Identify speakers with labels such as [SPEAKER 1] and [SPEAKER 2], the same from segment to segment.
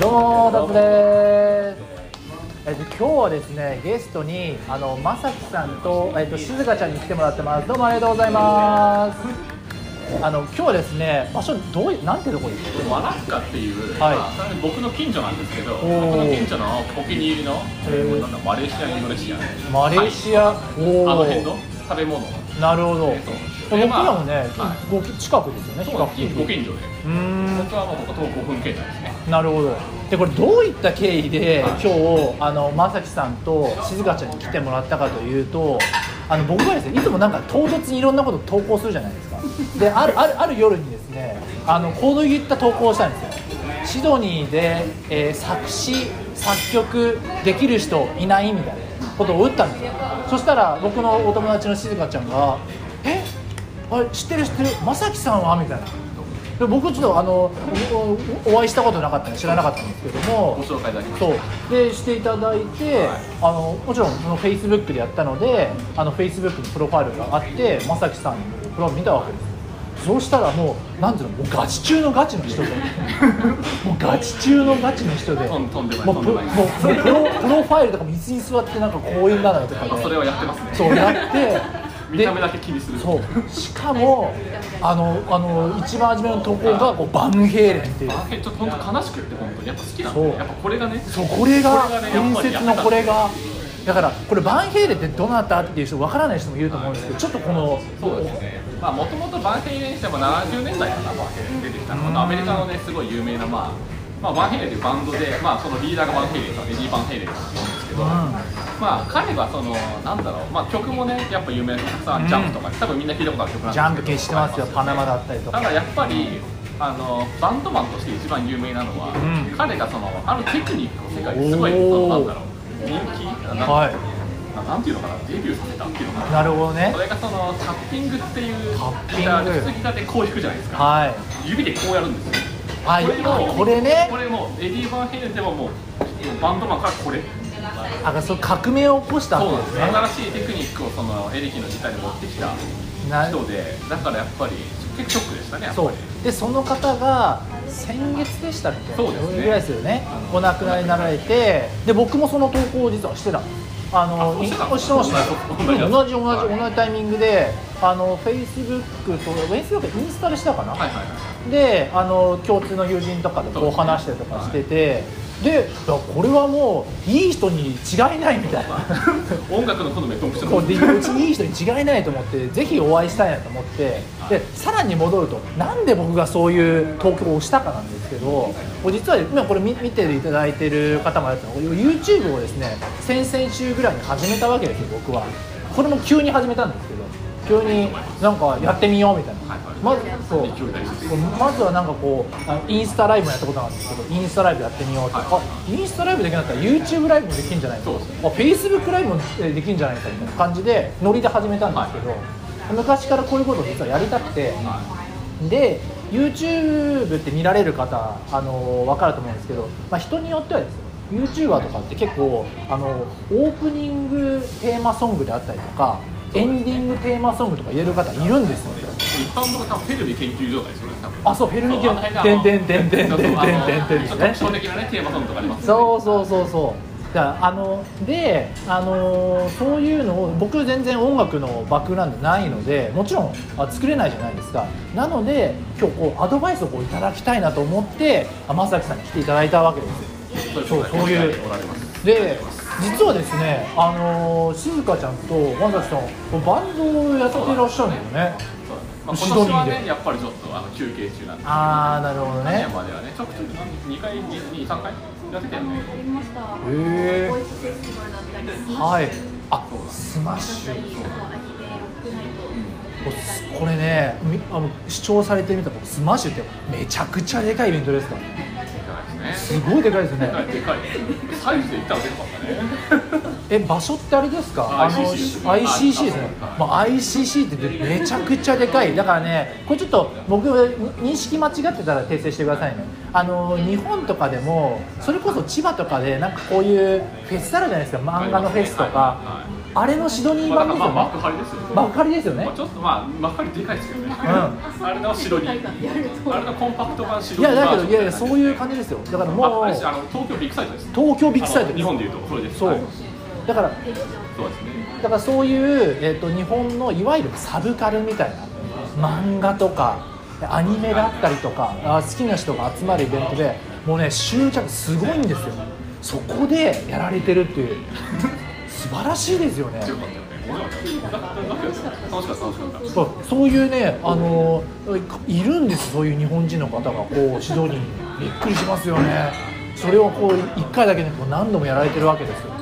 [SPEAKER 1] どうもダツですえっと今日はですねゲストにあのまさきさんとえっと静香ちゃんに来てもらってますどうもありがとうございますあの今日はですね場所どういなんてとこですか
[SPEAKER 2] マラッカっていう、
[SPEAKER 1] はい
[SPEAKER 2] まあそれ僕の近所なんですけど、僕
[SPEAKER 1] ー
[SPEAKER 2] の近所のお気に入りの、え
[SPEAKER 1] へー
[SPEAKER 2] ーなんだマレーシア、インドネシア、
[SPEAKER 1] マレーシア
[SPEAKER 2] はい
[SPEAKER 1] おー
[SPEAKER 2] あの辺の食べ物、
[SPEAKER 1] なるほど
[SPEAKER 2] えそう
[SPEAKER 1] 僕
[SPEAKER 2] でまあ
[SPEAKER 1] らもね
[SPEAKER 2] は
[SPEAKER 1] ご近くですよね
[SPEAKER 2] そう
[SPEAKER 1] 比較的
[SPEAKER 2] ご近所で、
[SPEAKER 1] うーん
[SPEAKER 2] 僕はもうここ徒歩5分圏内ですね。
[SPEAKER 1] なるほどでこれどういった経緯で今日あのまさきさんと静香ちゃんに来てもらったかというとあの僕がですねいつもなんか唐突にいろんなこと投稿するじゃないですかであるあるある夜にですねあのコードギった投稿をしたんですよシドニーで、えー作詞作曲できる人いないみたいなことを打ったんですよそしたら僕のお友達の静香ちゃんが「えあれ知ってる知ってるまさきさんは?」みたいなで僕ちょっとあのおおお会いしたことなかったんで知らなかったんですけども
[SPEAKER 2] ご紹介いただきました
[SPEAKER 1] そうでしていただいて、
[SPEAKER 2] はい
[SPEAKER 1] あのもちろんそのフェイスブックでやったのであのフェイスブックのプロファイルがあってまさきさんのプロファイル見たわけですよそうしたらもうなんていうのもうガチ中のガチの人 でもうガチ中のガチの人で
[SPEAKER 2] とんとんでもな
[SPEAKER 1] も
[SPEAKER 2] いうとん
[SPEAKER 1] プ
[SPEAKER 2] で
[SPEAKER 1] ロも
[SPEAKER 2] も
[SPEAKER 1] う
[SPEAKER 2] ない
[SPEAKER 1] プロプロファイルとかも椅子に座ってなんかこういうなのとか
[SPEAKER 2] まあ
[SPEAKER 1] で
[SPEAKER 2] それはやってますね。
[SPEAKER 1] そうやって
[SPEAKER 2] 見た目だけ気にする。
[SPEAKER 1] そうしかもあのあの一番初めの投稿がこうバンヘイレンっていう
[SPEAKER 2] あちょっと本当悲しくって本当やっぱ好きなん
[SPEAKER 1] そう
[SPEAKER 2] で、やっぱこれがね、
[SPEAKER 1] そうこれが
[SPEAKER 2] これがね
[SPEAKER 1] 伝説のこれがだからこれバンヘイレンってどなたっていう人わからない人もいると思うんですけどちょっとこの
[SPEAKER 2] そうですね。まあもともとバンヘイレンしても70年代かなバンヘイレン出てきたの。アメリカのねすごい有名なまあまあバンヘイレンというバンドでまあそのリーダーがバンヘイレンさんエディバンヘイレンさんって言うんですけど。まあ彼はそのなんだろうまあ曲もねやっぱ有名な曲たくさんジャンプとかね多分みんな聞いたことある曲なんですけど
[SPEAKER 1] ジャンプ消してますよパナマだったりと
[SPEAKER 2] た
[SPEAKER 1] か
[SPEAKER 2] だやっぱりあのバンドマンとして一番有名なのは、
[SPEAKER 1] うん
[SPEAKER 2] 彼がそのあるテクニックを世界ですごいそのなんだろう人気な,、
[SPEAKER 1] は
[SPEAKER 2] ななんていうのかなデビューさせたっていうのか
[SPEAKER 1] いな
[SPEAKER 2] な
[SPEAKER 1] るほどね
[SPEAKER 2] それがそのタッピングっていう
[SPEAKER 1] タッピング
[SPEAKER 2] ギター普通ギターでこう弾くじゃないですか
[SPEAKER 1] はい
[SPEAKER 2] 指でこうやるんですよ
[SPEAKER 1] あ
[SPEAKER 2] これも
[SPEAKER 1] これね
[SPEAKER 2] これもエディ・バンヘイレンでももうバンドマンからこれそう
[SPEAKER 1] あそう革命を起こしたん
[SPEAKER 2] なん
[SPEAKER 1] で
[SPEAKER 2] ですす
[SPEAKER 1] ね
[SPEAKER 2] 新しいテクニックをそのエレキのギターに持ってきた
[SPEAKER 1] な
[SPEAKER 2] 人でだからやっぱり結構ショックでしたねやっぱ
[SPEAKER 1] そ
[SPEAKER 2] り
[SPEAKER 1] うでその方が先月でしたっけ
[SPEAKER 2] そうですね
[SPEAKER 1] れぐらいですよね
[SPEAKER 2] あの
[SPEAKER 1] お亡くなりになられてで僕もその投稿を実はしてたあの
[SPEAKER 2] あ
[SPEAKER 1] い
[SPEAKER 2] してた
[SPEAKER 1] おしてました
[SPEAKER 2] 同じやつ
[SPEAKER 1] 同じ同じ
[SPEAKER 2] はい
[SPEAKER 1] 同じタイミングであのフェイスブックとフェイスブックインスタでしたかな、
[SPEAKER 2] はいはいはい
[SPEAKER 1] であの共通の友人とかでこう話したりとかしてて、でいやこれはもういい人に違いないみたいな。
[SPEAKER 2] 音楽の好みはドンピシャ
[SPEAKER 1] こ
[SPEAKER 2] な
[SPEAKER 1] うでうちにいい人に違いないと思ってぜひお会いしたいなと思ってでさらに戻るとなんで僕がそういう投稿をしたかなんですけどこれ実は今これ見見ていただいてる方もいらっしゃるの YouTube をですね先々週ぐらいに始めたわけですよ僕はこれも急に始めたんですけど急になんかやってみようみたいな
[SPEAKER 2] はいはい
[SPEAKER 1] まずそう
[SPEAKER 2] 勢い大事です
[SPEAKER 1] こうまずはなんかこうあのインスタライブもやったことなんですけどインスタライブやってみようとか、
[SPEAKER 2] はい
[SPEAKER 1] あインスタライブできなかったら YouTube ライブもできるんじゃないか
[SPEAKER 2] そうですね
[SPEAKER 1] あ Facebook ライブもえーできるんじゃないかみたいな感じでノリで始めたんですけど、昔からこういうことを実はやりたくて、で YouTube って見られる方、あの分かると思うんですけど、まあ、人によってはですよ YouTuber とかって結構、あのオープニングテーマソングであったりとかエンディングテーマソングとか言える方いるんですよね
[SPEAKER 2] 一般の方はフェルミ研究所ですよね多分
[SPEAKER 1] あそうフェルミ研
[SPEAKER 2] そうあの辺の
[SPEAKER 1] でんでんでんでんでんでんでんでんですね
[SPEAKER 2] ちょっと特徴的なねテーマソングとかありますよ
[SPEAKER 1] そう
[SPEAKER 2] ね
[SPEAKER 1] そうそうそうだからあのであのそういうのを僕全然音楽のバックグラウンドないのでもちろんあ作れないじゃないですかなので今日こうアドバイスをこういただきたいなと思って天崎さんに来ていただいたわけですよ
[SPEAKER 2] そ
[SPEAKER 1] そうそういう
[SPEAKER 2] おられます
[SPEAKER 1] で実はですねあの静香ちゃんと天崎さんバンドをやっていらっしゃるんだよね
[SPEAKER 2] そうまあ、
[SPEAKER 1] シ
[SPEAKER 2] 今
[SPEAKER 1] ドニーで
[SPEAKER 2] 年はねやっぱりちょっとあの休憩中なんで
[SPEAKER 1] ああなるほど
[SPEAKER 2] 去
[SPEAKER 1] ね
[SPEAKER 2] 年まではねちょくちょく2回23回やってたよね
[SPEAKER 3] やりました。
[SPEAKER 1] へー
[SPEAKER 3] ボイスフェスティバルだったり、
[SPEAKER 1] はい
[SPEAKER 3] ス
[SPEAKER 1] あスマッシ
[SPEAKER 3] マッシュだ
[SPEAKER 1] ュ
[SPEAKER 3] ったり、あとアニメロックナイト
[SPEAKER 1] おすこれねみあの視聴されてみたことスマッシュってめちゃくちゃでかいイベントですから
[SPEAKER 2] でかいですね
[SPEAKER 1] すごいでかいです
[SPEAKER 2] で
[SPEAKER 1] ね
[SPEAKER 2] かいでかいサイズで言ったらでかかったね
[SPEAKER 1] え場所ってあれですか
[SPEAKER 2] あ
[SPEAKER 1] あの
[SPEAKER 2] ICC ですね
[SPEAKER 1] ICC ですね
[SPEAKER 2] あ、
[SPEAKER 1] まあ、ICC ってめちゃくちゃでかいだからねこれちょっと僕認識間違ってたら訂正してくださいねあの日本とかでもそれこそ千葉とかでなんかこういうフェスあるじゃないですか漫画のフェスとか
[SPEAKER 2] はい
[SPEAKER 1] あれのシドニー
[SPEAKER 2] まあ、だ
[SPEAKER 1] 版
[SPEAKER 2] か
[SPEAKER 1] で
[SPEAKER 2] ら
[SPEAKER 1] す
[SPEAKER 2] ま
[SPEAKER 1] よ
[SPEAKER 2] あ
[SPEAKER 1] ね
[SPEAKER 2] 幕張ですよ
[SPEAKER 1] 幕張ですよね
[SPEAKER 2] ね、まあ、ちょっとまあ幕張でかいですけどね、
[SPEAKER 1] ん
[SPEAKER 2] あれのシドニー
[SPEAKER 3] やると
[SPEAKER 2] あれのコンパクト版シ
[SPEAKER 1] い
[SPEAKER 2] ドニ
[SPEAKER 1] や
[SPEAKER 2] ー
[SPEAKER 1] だ
[SPEAKER 2] バー
[SPEAKER 1] けど
[SPEAKER 2] ジョン
[SPEAKER 1] いやいやそういう感じですよだからもう
[SPEAKER 2] ああれですあ
[SPEAKER 1] 東
[SPEAKER 2] の東京ビッグサイトです
[SPEAKER 1] 京ビッグサイト
[SPEAKER 2] あの
[SPEAKER 1] です
[SPEAKER 2] 日本でいうとこれです
[SPEAKER 1] そう
[SPEAKER 2] はい
[SPEAKER 1] だから
[SPEAKER 2] そうです
[SPEAKER 1] だ
[SPEAKER 2] ね
[SPEAKER 1] からそういう、えっと日本のいわゆるサブカルみたいな漫画とかアニメだったりとかあ好きな人が集まるイベントでもうね執着すごいんですよそこでやられてるっていう 素晴らしいですよね
[SPEAKER 2] よかったよね面白かった楽しかった楽しかった楽しか
[SPEAKER 1] そう
[SPEAKER 2] った
[SPEAKER 1] そういうねあのいるんですそういう日本人の方がこうシドニーにびっくりしますよねそれをこう1回だけでこう何度もやられてるわけですよ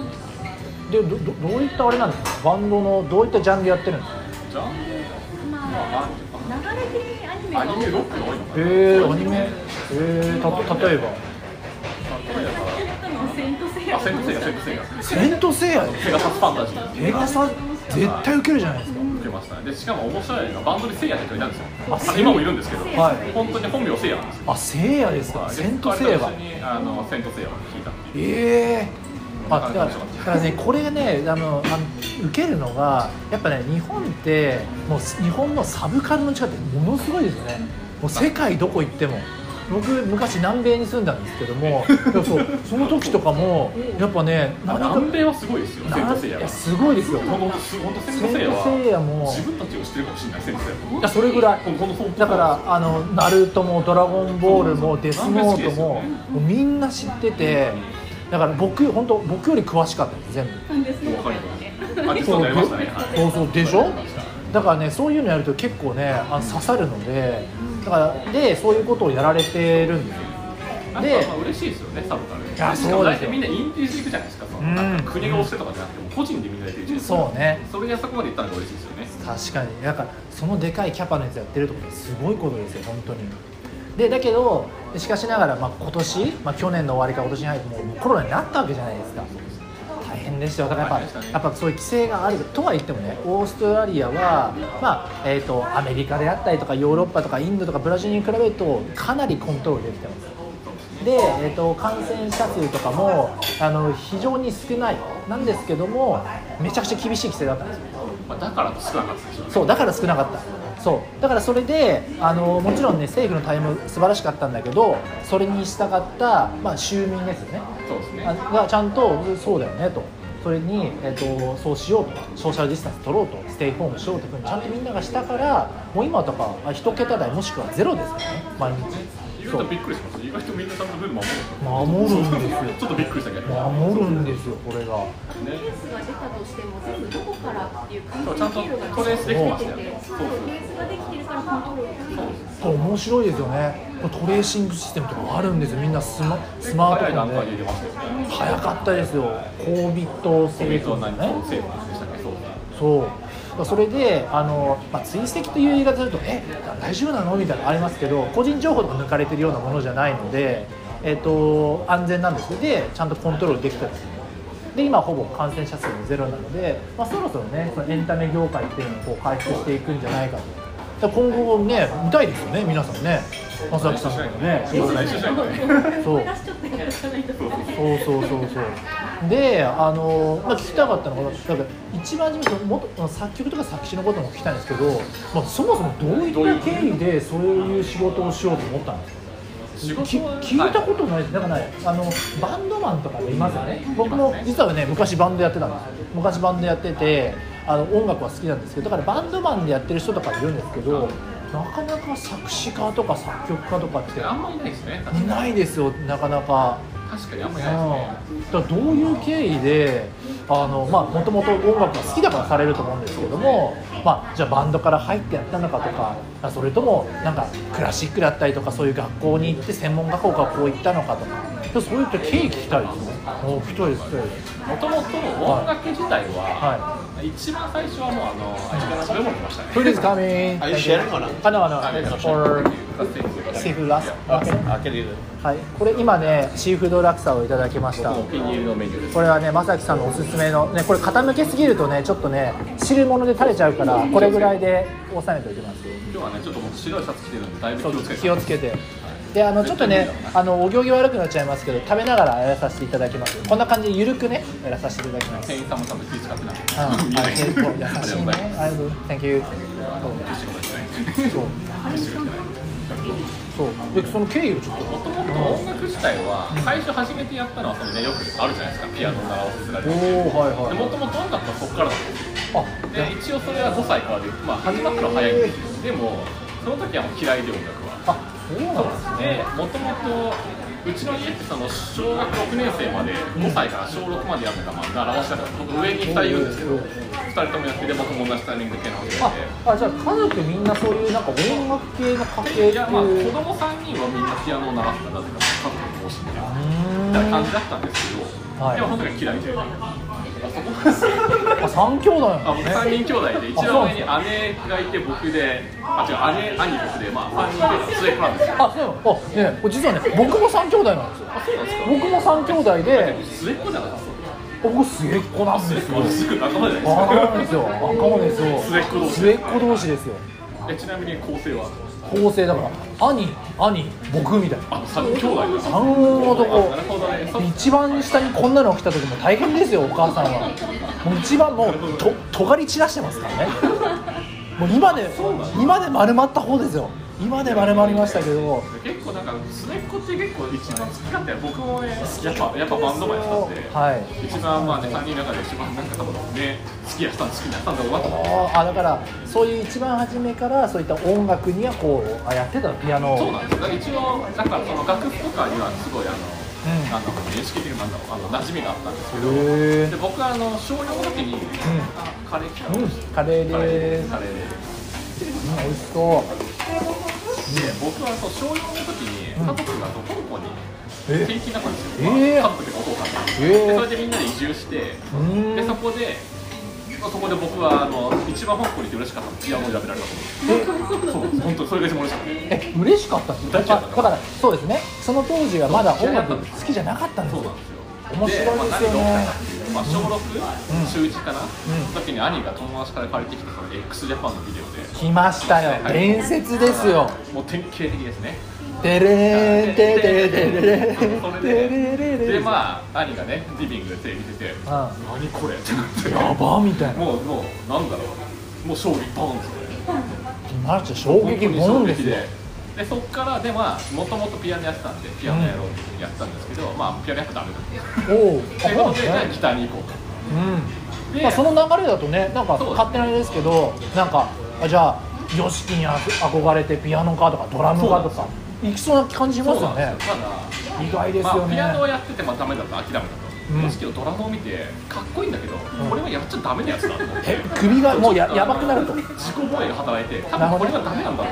[SPEAKER 1] でどどどういったあれなんですかバンドのどういったジャンルやってるんですか
[SPEAKER 2] じゃ
[SPEAKER 3] まあ流れ的にアニメ
[SPEAKER 2] あ
[SPEAKER 3] が
[SPEAKER 2] アニメロックが多いのかな
[SPEAKER 1] へえアニメへえた例えば
[SPEAKER 2] 例え
[SPEAKER 3] やったのはセイントセイヤ
[SPEAKER 2] ばあセントセイヤセントセイヤ
[SPEAKER 1] 「セント・セイヤ」
[SPEAKER 2] ペガサスファンタジー
[SPEAKER 1] ペガサ絶対ウケるじゃないですか
[SPEAKER 2] 受けましたねでしかも面白いのがバンドでセイヤって人がいたんですよ
[SPEAKER 1] あセイヤ
[SPEAKER 2] 今もいるんですけど、
[SPEAKER 1] はい
[SPEAKER 2] 本当に本名セイヤなんですよ
[SPEAKER 1] あセイヤですか
[SPEAKER 2] で
[SPEAKER 1] セント・セイヤ
[SPEAKER 2] 彼と一緒にあのセントセイヤを聞いたっていう
[SPEAKER 1] ええあだから
[SPEAKER 2] な
[SPEAKER 1] だ
[SPEAKER 2] かなか面白か
[SPEAKER 1] か
[SPEAKER 2] った
[SPEAKER 1] らねこれねあのあの受けるのがやっぱね日本ってもう日本のサブカルの力ってものすごいですよねもう世界どこ行っても僕昔南米に住んだんですけど もでもそうその時とかもやっぱね何か
[SPEAKER 2] 南米はすごいですよセントセイヤ
[SPEAKER 1] い
[SPEAKER 2] が
[SPEAKER 1] やすごいですよ
[SPEAKER 2] 本当本当セント
[SPEAKER 1] セ
[SPEAKER 2] セイ
[SPEAKER 1] イ
[SPEAKER 2] ヤ
[SPEAKER 1] ヤセイヤ
[SPEAKER 2] は
[SPEAKER 1] も
[SPEAKER 2] 自分たちを知ってるかもしれないセントセイヤ
[SPEAKER 1] いやそれぐらい
[SPEAKER 2] このこの本当
[SPEAKER 1] だからあのナルトもドラゴンボールもデスノートももうみんな知っててだから僕本当僕より詳しかったです全部
[SPEAKER 3] なんですね
[SPEAKER 2] わかりますアーティストになりましたねはい
[SPEAKER 1] そうそうでしょだからねそういうのやると結構ねあの刺さるのでだからでそういうことをやられてるんですよ
[SPEAKER 2] なん
[SPEAKER 1] で
[SPEAKER 2] かまあ嬉しいですよね、サブカルで。
[SPEAKER 1] いや
[SPEAKER 2] しかも
[SPEAKER 1] そうですよ
[SPEAKER 2] 大体みんなインディーズ行くじゃないですか、そ
[SPEAKER 1] う
[SPEAKER 2] の
[SPEAKER 1] ん
[SPEAKER 2] なんか国が押してとかじゃなくても、個人でみんなで行くじゃないですか。
[SPEAKER 1] そうね
[SPEAKER 2] それであそこまで行ったのが嬉しいですよね。
[SPEAKER 1] 確かにだからそのでかいキャパのやつやってるってことはすごいことですよ本当にでだけどしかしながら、まあ、今年、まあ、去年の終わりから今年に入ってもうコロナになったわけじゃないですか大変でしたよだからやっぱ,、
[SPEAKER 2] 大変でしたね
[SPEAKER 1] やっぱそういう規制があるとは言ってもねオーストラリアは、まあえー、とアメリカであったりとかヨーロッパとかインドとかブラジルに比べるとかなりコントロールできてますで、えー、と感染者数とかもあの非常に少ないなんですけどもめちゃくちゃ厳しい規制だったんですよ
[SPEAKER 2] まあ、だから少なかったでしょうね。
[SPEAKER 1] そうだから少なかったそうだからそれであのもちろんね政府の対応も素晴らしかったんだけどそれに従った、まあ、州民ですよね
[SPEAKER 2] そうですね。
[SPEAKER 1] あがちゃんとそうだよねとそれに、えっとそうしようとソーシャルディスタンス取ろうとステイホームしようというふうにちゃんとみんながしたからもう今とかあ一桁台もしくはゼロですからね毎日
[SPEAKER 2] 意外
[SPEAKER 1] そ
[SPEAKER 2] と
[SPEAKER 1] う
[SPEAKER 2] びっくりしました。意外とみんなちゃんとルール守る。
[SPEAKER 1] 守るんですよ
[SPEAKER 2] ちょっとびっくりしたけど。
[SPEAKER 1] 守るんですよこれが
[SPEAKER 3] ケ
[SPEAKER 2] ね。
[SPEAKER 3] ースが出たとしても全部どこからっていう感
[SPEAKER 2] そう
[SPEAKER 3] 染
[SPEAKER 2] ちゃんと
[SPEAKER 3] 経路が
[SPEAKER 2] トレースできてましたよね
[SPEAKER 3] ててそうそうレースができてるからコントロールできる
[SPEAKER 1] そう面白いですよねこれトレーシングシステムとかあるんですよみんなスマスマー
[SPEAKER 2] 早
[SPEAKER 1] ト
[SPEAKER 2] い
[SPEAKER 1] フォン
[SPEAKER 2] 段
[SPEAKER 1] で
[SPEAKER 2] 階で入れましたよね。
[SPEAKER 1] 早かったですよ、コービット
[SPEAKER 2] セ
[SPEAKER 1] 制
[SPEAKER 2] ミと
[SPEAKER 1] 服
[SPEAKER 2] は何
[SPEAKER 1] ね
[SPEAKER 2] と、セーフでしたっけ、そうですね。
[SPEAKER 1] そう、だからそれで、あのまあ、追跡という言い方すると、え大丈夫なのみたいなのありますけど、個人情報とか抜かれてるようなものじゃないので、えっと安全なんですけどで、ちゃんとコントロールできてるんですよで今ほぼ感染者数もゼロなので、まあ、そろそろね、そのエンタメ業界っていうのをこう回復していくんじゃないかと。だから今後ね、見たいですよね、皆さんね、松崎さんとかね。
[SPEAKER 2] そうですね。一緒じゃないですかね。
[SPEAKER 1] そう
[SPEAKER 3] 思い出しちゃってやらないと
[SPEAKER 1] そうそうそうそうであの、まあ、聞きたかったのが多分一番初めにもっと作曲とか作詞のことも聞きたいんですけど、まあ、そもそもどういった経緯でそういう仕事をしようと思ったんですか
[SPEAKER 2] 仕
[SPEAKER 1] き
[SPEAKER 2] 事は
[SPEAKER 1] 聞いたことないですだからねあのバンドマンとかでいますよね僕
[SPEAKER 2] い
[SPEAKER 1] も
[SPEAKER 2] ますね
[SPEAKER 1] 実はね昔バンドやってたんですよ昔バンドやっててあの音楽は好きなんですけどだからバンドマンでやってる人とかいるんですけどなかなか作詞家とか作曲家とかって
[SPEAKER 2] あんまりないですね。
[SPEAKER 1] いないですよなかなか。
[SPEAKER 2] 確かにあんまりないですね。
[SPEAKER 1] うんだからどういう経緯であの、まあ、もともと音楽が好きだからされると思うんですけども、まあ、じゃあバンドから入ってやったのかとかあそれともなんかクラシックだったりとかそういう学校に行って専門学校からこう行ったのかとかそういった経緯聞きたいですねお聞きたいです聞きたいです
[SPEAKER 2] もともと音楽自体は、
[SPEAKER 1] は
[SPEAKER 2] 一番最初はもうあの相方の食べ物来ましたね。
[SPEAKER 1] Please come in
[SPEAKER 4] Are you sharing or not?
[SPEAKER 1] no, no.
[SPEAKER 2] あれだ
[SPEAKER 1] For シー
[SPEAKER 2] セ
[SPEAKER 1] フードラス
[SPEAKER 4] あ、開けるよ。
[SPEAKER 1] はいこれ今ねシーフードラクサをいただきました
[SPEAKER 2] 僕のお気に入りのメニューです。
[SPEAKER 1] これはねまさきさんのおすすめのねこれ傾けすぎるとねちょっとね汁物で垂れちゃうからこれぐらいで収めておきます
[SPEAKER 2] 今日はねちょっと僕白いシャツ着てるんでだいぶ気
[SPEAKER 1] そ
[SPEAKER 2] を
[SPEAKER 1] う
[SPEAKER 2] つけて。
[SPEAKER 1] 気をつけてであのちょっとねあのお行儀悪くなっちゃいますですけど食べながらやらさせていただきますこんな感じでゆるくねやらさせていただきます
[SPEAKER 2] 店員さんもちゃんと気遣ってな
[SPEAKER 1] う
[SPEAKER 2] き
[SPEAKER 1] ん、あ
[SPEAKER 2] ゃ見えない。ありがとうござい
[SPEAKER 1] 優しい
[SPEAKER 2] ま
[SPEAKER 1] ね
[SPEAKER 2] す。
[SPEAKER 1] ありがとう Thank you そうそうそうでその経緯をちょっと
[SPEAKER 2] もともと音楽自体は最初初めてやったのはその、ね、よくあるじゃないですかピアノ習わせられ
[SPEAKER 1] お
[SPEAKER 2] てで
[SPEAKER 1] おはいはい
[SPEAKER 2] もともと音楽はそこからだったんです
[SPEAKER 1] あ
[SPEAKER 2] よで一応それは5歳からで、まあ、始まったのは早いんですよでもその時はもう嫌いで音楽は
[SPEAKER 1] あそうなんですね
[SPEAKER 2] でもともとうちの家ってその小学6年生まで5歳から小6までやってたまあ習わしだった僕上に2人いるんですけど2人ともやってて僕も同じタイミングで系の始め
[SPEAKER 1] あ
[SPEAKER 2] て
[SPEAKER 1] あじゃあ家族みんなそういうなんか音楽系の家系ってい
[SPEAKER 2] いやまあ子
[SPEAKER 1] う
[SPEAKER 2] 供3人はみんなピアノを習ってたなぜか家族もしみたいなみたいな感じだったんですけど、
[SPEAKER 1] はい
[SPEAKER 2] でも本当に嫌いで、あそこなんですよ
[SPEAKER 1] あ三兄弟な
[SPEAKER 2] あ
[SPEAKER 1] んで
[SPEAKER 2] 僕
[SPEAKER 1] すね
[SPEAKER 2] 3人兄弟で、一
[SPEAKER 1] あそう
[SPEAKER 2] 番
[SPEAKER 1] なん
[SPEAKER 2] 上
[SPEAKER 1] で
[SPEAKER 2] に
[SPEAKER 1] す
[SPEAKER 2] 姉がいて、僕で、あ違う、姉、兄、僕で、まあ、3人で、末っ子なんですよ。
[SPEAKER 1] あそうなのあねこれ実はね僕も三兄弟なんですよ
[SPEAKER 2] あ、そうなんですか
[SPEAKER 1] 僕も三兄弟で
[SPEAKER 2] 末っ子じゃないですか。
[SPEAKER 1] 僕末っ子なん
[SPEAKER 2] 末
[SPEAKER 1] で
[SPEAKER 2] っ
[SPEAKER 1] す
[SPEAKER 2] 子
[SPEAKER 1] よ
[SPEAKER 2] はすぐ仲間じゃ
[SPEAKER 1] あそうなん
[SPEAKER 2] ないで
[SPEAKER 1] ですすよあそうなんですよ
[SPEAKER 2] 末っ子同士
[SPEAKER 1] 末っ子同士ですよ
[SPEAKER 2] か。えちなみに構成は、
[SPEAKER 1] 構成だから兄兄僕みたいな
[SPEAKER 2] あの3兄弟なんです
[SPEAKER 1] 三男
[SPEAKER 2] あなるほどね。そ
[SPEAKER 1] 一番下にこんなの来た時も大変ですよお母さんはもう一番もうと尖り散らしてますからねもう今で今で丸まった方ですよ今で丸まりましたけど
[SPEAKER 2] 結構なんか末っ子って結構一番好き勝手な僕もねやっぱやっぱバンドマンやったんで、
[SPEAKER 1] はい
[SPEAKER 2] 一番まあね3人の中で一番なんか多分ね好きやしたん好きになったんだろうなと思って
[SPEAKER 1] あだからそういう一番初めからそういった音楽にはこうあやってたのピアノを
[SPEAKER 2] そうなんですよだから一応だからその楽譜とかにはすごいあの、
[SPEAKER 1] ん
[SPEAKER 2] なんだろう認識的になんだろうあの馴染みがあったんですけど
[SPEAKER 1] へ
[SPEAKER 2] で僕はあの小4の時に、カレー来た
[SPEAKER 1] え、うん、カレー
[SPEAKER 2] カレー
[SPEAKER 1] で、
[SPEAKER 2] ですカレーで
[SPEAKER 1] うん、美味しそ
[SPEAKER 2] で僕はそう小4の時に家族がそう香港に
[SPEAKER 1] う
[SPEAKER 2] 転
[SPEAKER 1] え
[SPEAKER 2] 勤だったんですよ、
[SPEAKER 1] えー
[SPEAKER 2] まあ、家族とお父さんがで
[SPEAKER 1] え
[SPEAKER 2] それでみんなで移住して
[SPEAKER 1] うーん
[SPEAKER 2] でそこでまあそこで僕はあの一番香港にいて嬉しかったのはピアノをやめられたことそうです本当にそれが一番嬉しかった
[SPEAKER 1] え嬉しかったっす
[SPEAKER 2] だ
[SPEAKER 1] だ
[SPEAKER 2] っちゃ
[SPEAKER 1] か
[SPEAKER 2] うから
[SPEAKER 1] らそうですねその当時はまだ音楽好きじゃなかったんです
[SPEAKER 2] そう
[SPEAKER 1] よ
[SPEAKER 2] なんです
[SPEAKER 1] 面
[SPEAKER 2] よ。
[SPEAKER 1] 白いですよね
[SPEAKER 2] まあ何が起きたかっていうとまあ、小6、
[SPEAKER 1] ん
[SPEAKER 2] 週1かな、
[SPEAKER 1] ん
[SPEAKER 2] 時に兄が友達から借りてきたその x ジャパンのビデオで、
[SPEAKER 1] 来ましたよ
[SPEAKER 2] はい
[SPEAKER 1] 伝説ですよ
[SPEAKER 2] もう典型的ですね。
[SPEAKER 1] てれーんてれれれれれ
[SPEAKER 2] それ
[SPEAKER 1] れれれ
[SPEAKER 2] で、で
[SPEAKER 1] れ
[SPEAKER 2] まあ、兄がね、リビングでテレビ見てて、何
[SPEAKER 1] あ
[SPEAKER 2] これってなって、
[SPEAKER 1] やばみたいな
[SPEAKER 2] もう、もう、なんだろう、もう衝撃バーンですね。
[SPEAKER 1] 来ました衝撃
[SPEAKER 2] 本
[SPEAKER 1] ボ
[SPEAKER 2] 当
[SPEAKER 1] ン
[SPEAKER 2] に
[SPEAKER 1] です
[SPEAKER 2] 衝撃
[SPEAKER 1] よ
[SPEAKER 2] で。でそこからでまあもともとピアノやってたんでピアノやろうってやってたんですけど、まあピアノやっぱダメだったんですよ
[SPEAKER 1] おおー
[SPEAKER 2] というこ
[SPEAKER 1] あ
[SPEAKER 2] とで
[SPEAKER 1] そう
[SPEAKER 2] じゃ
[SPEAKER 1] な
[SPEAKER 2] あ
[SPEAKER 1] んです
[SPEAKER 2] ギ
[SPEAKER 1] ね
[SPEAKER 2] ターに行こうか
[SPEAKER 1] うんまあその流れだとねなんか
[SPEAKER 2] そうです
[SPEAKER 1] 勝手なあれですけどなんかあじゃあ YOSHIKI に憧れてピアノかとかドラムかとかいきそうな感じしますよ
[SPEAKER 2] そうな
[SPEAKER 1] ね
[SPEAKER 2] んですよただ
[SPEAKER 1] 意外です
[SPEAKER 2] ま
[SPEAKER 1] よ
[SPEAKER 2] あ、ピアノを
[SPEAKER 1] ね
[SPEAKER 2] やっててまあダメだと諦めた
[SPEAKER 1] う
[SPEAKER 2] と、
[SPEAKER 1] ん
[SPEAKER 2] むしろドラムを見てかっこいいんだけど、
[SPEAKER 1] ん
[SPEAKER 2] これはやっちゃダメなやつだと思って
[SPEAKER 1] え首がもうややばくなるとうん
[SPEAKER 2] 自己防衛が働いて多
[SPEAKER 1] なるほ
[SPEAKER 2] 分こ
[SPEAKER 1] ど
[SPEAKER 2] れはダメなんだろ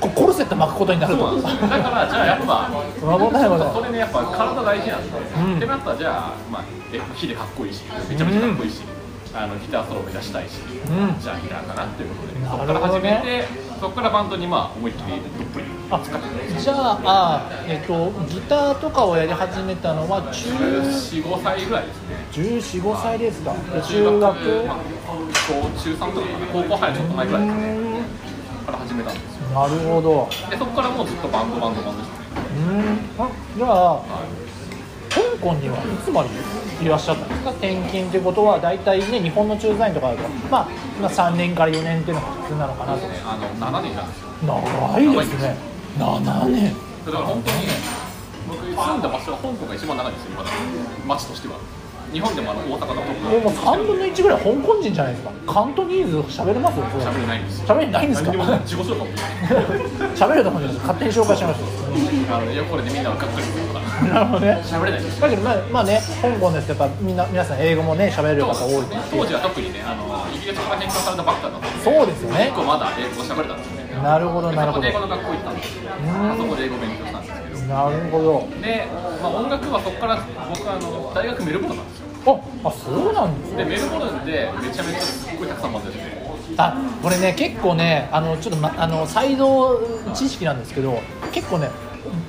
[SPEAKER 2] う
[SPEAKER 1] こコルセット巻くことになる
[SPEAKER 2] そう
[SPEAKER 1] と
[SPEAKER 2] なんですよだからじゃあやっぱ
[SPEAKER 1] 危ない危ない
[SPEAKER 2] それねやっぱ体大事なんで、
[SPEAKER 1] ん
[SPEAKER 2] ってなったらじゃあ、まあ、えヒデかっこいいしめちゃめちゃかっこいいし、あのギターソロ目指したいし、
[SPEAKER 1] ん
[SPEAKER 2] じゃあギターかなっていうことで、
[SPEAKER 1] なるほ
[SPEAKER 2] そこ
[SPEAKER 1] ど
[SPEAKER 2] か
[SPEAKER 1] ね
[SPEAKER 2] ら始めてそこからバンドにまあ思いっきりどっぷり
[SPEAKER 1] あじゃああ、えっと、ギターとかをやり始めたのは中
[SPEAKER 2] 45歳ぐらいです
[SPEAKER 1] 14、
[SPEAKER 2] ね
[SPEAKER 1] 5歳ですか、
[SPEAKER 2] 中
[SPEAKER 1] 中
[SPEAKER 2] 学、まあ
[SPEAKER 1] 学、、
[SPEAKER 2] 高中3とかかな高校入るのと前ぐらいですねから始めたんですよ
[SPEAKER 1] なるほど、
[SPEAKER 2] でそこからもうずっとバンドバンドバンドですね
[SPEAKER 1] うんあじゃあ、香港にはいつまでいらっしゃったんですか、転勤ってことは、大体ね、日本の駐在員とかだと、まあ、まあ3年から4年っていうのが普通なのかなと、
[SPEAKER 2] あの7年なんですよ
[SPEAKER 1] 長いですね、7年、
[SPEAKER 2] だから本当に僕住んだ場所は香港が一番長いんですよ今だと街としては日本でもあの大阪とか
[SPEAKER 1] もうもう
[SPEAKER 2] 東
[SPEAKER 1] 3分の1ぐらい香港人じゃないですか、カントニーズ喋れますよ、
[SPEAKER 2] 京喋れないんですよ
[SPEAKER 1] 喋れないんです
[SPEAKER 2] 何
[SPEAKER 1] か
[SPEAKER 2] にも自己紹介もできない
[SPEAKER 1] 喋ると思うんです勝手に紹介しました。
[SPEAKER 2] あのいやこれでみんながっかりするとか
[SPEAKER 1] なるほどね
[SPEAKER 2] 喋れないんですよ
[SPEAKER 1] だけどまあまあね香港ですとやっぱみんな皆さん英語もね喋れる方多いですし
[SPEAKER 2] 当時は特にねあのイギリスから返還されたばっかだったんで
[SPEAKER 1] そうですよね
[SPEAKER 2] 結構まだ英語喋れたんですよね
[SPEAKER 1] なるほどなるほど
[SPEAKER 2] そこで英語の学校行ったんですよ
[SPEAKER 1] ん
[SPEAKER 2] あそこで英語勉強したんですけど
[SPEAKER 1] なるほ
[SPEAKER 2] で、まあ、音楽はそこから僕はあの大学メルボルンなんですよ
[SPEAKER 1] どああそうなんです
[SPEAKER 2] でメルボルンでめちゃめちゃすっごいたくさんバンドやってて
[SPEAKER 1] あこれね結構ねあのちょっと、ま、あのサイド知識なんですけど結構ね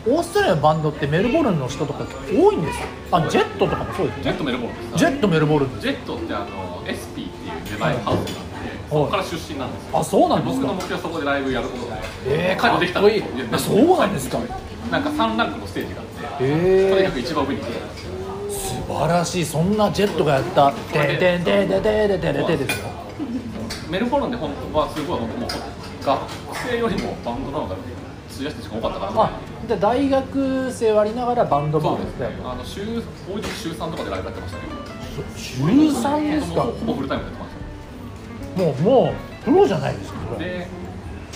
[SPEAKER 1] オーストラリアのバンドってメルボルンの人とか多いんですよあジェットとかもそうです
[SPEAKER 2] ジェ
[SPEAKER 1] ね
[SPEAKER 2] ットメルボルンです
[SPEAKER 1] ジェットメルボルン
[SPEAKER 2] ジェットってあの SP っていうデザインハウスがあってそこから出身なんですよ
[SPEAKER 1] あそうなんです
[SPEAKER 2] 僕
[SPEAKER 1] か
[SPEAKER 2] の目標はそこでライブやることが
[SPEAKER 1] えー、かっこいい
[SPEAKER 2] や
[SPEAKER 1] あそうなんですか
[SPEAKER 2] なんか3ランクのステージがあって、とに
[SPEAKER 1] え
[SPEAKER 2] かく一番上に行ってたんですよ
[SPEAKER 1] ー、素晴らしいそんなジェットがやった「てんてんてんてんてんてんてんてんてん」ですよ
[SPEAKER 2] メルボルンで本当はすごい本当もう学生よりもバンドの方が費やして時間多かったから
[SPEAKER 1] あで大学生割りながらバンド部
[SPEAKER 2] そう
[SPEAKER 1] ー
[SPEAKER 2] で
[SPEAKER 1] ですす
[SPEAKER 2] ね
[SPEAKER 1] ね
[SPEAKER 2] あの週多い時週3とかでライブやってましたね
[SPEAKER 1] 中3ですか
[SPEAKER 2] ほぼほぼフルタイムでやってまし
[SPEAKER 1] もうもうプロじゃないですか
[SPEAKER 2] たで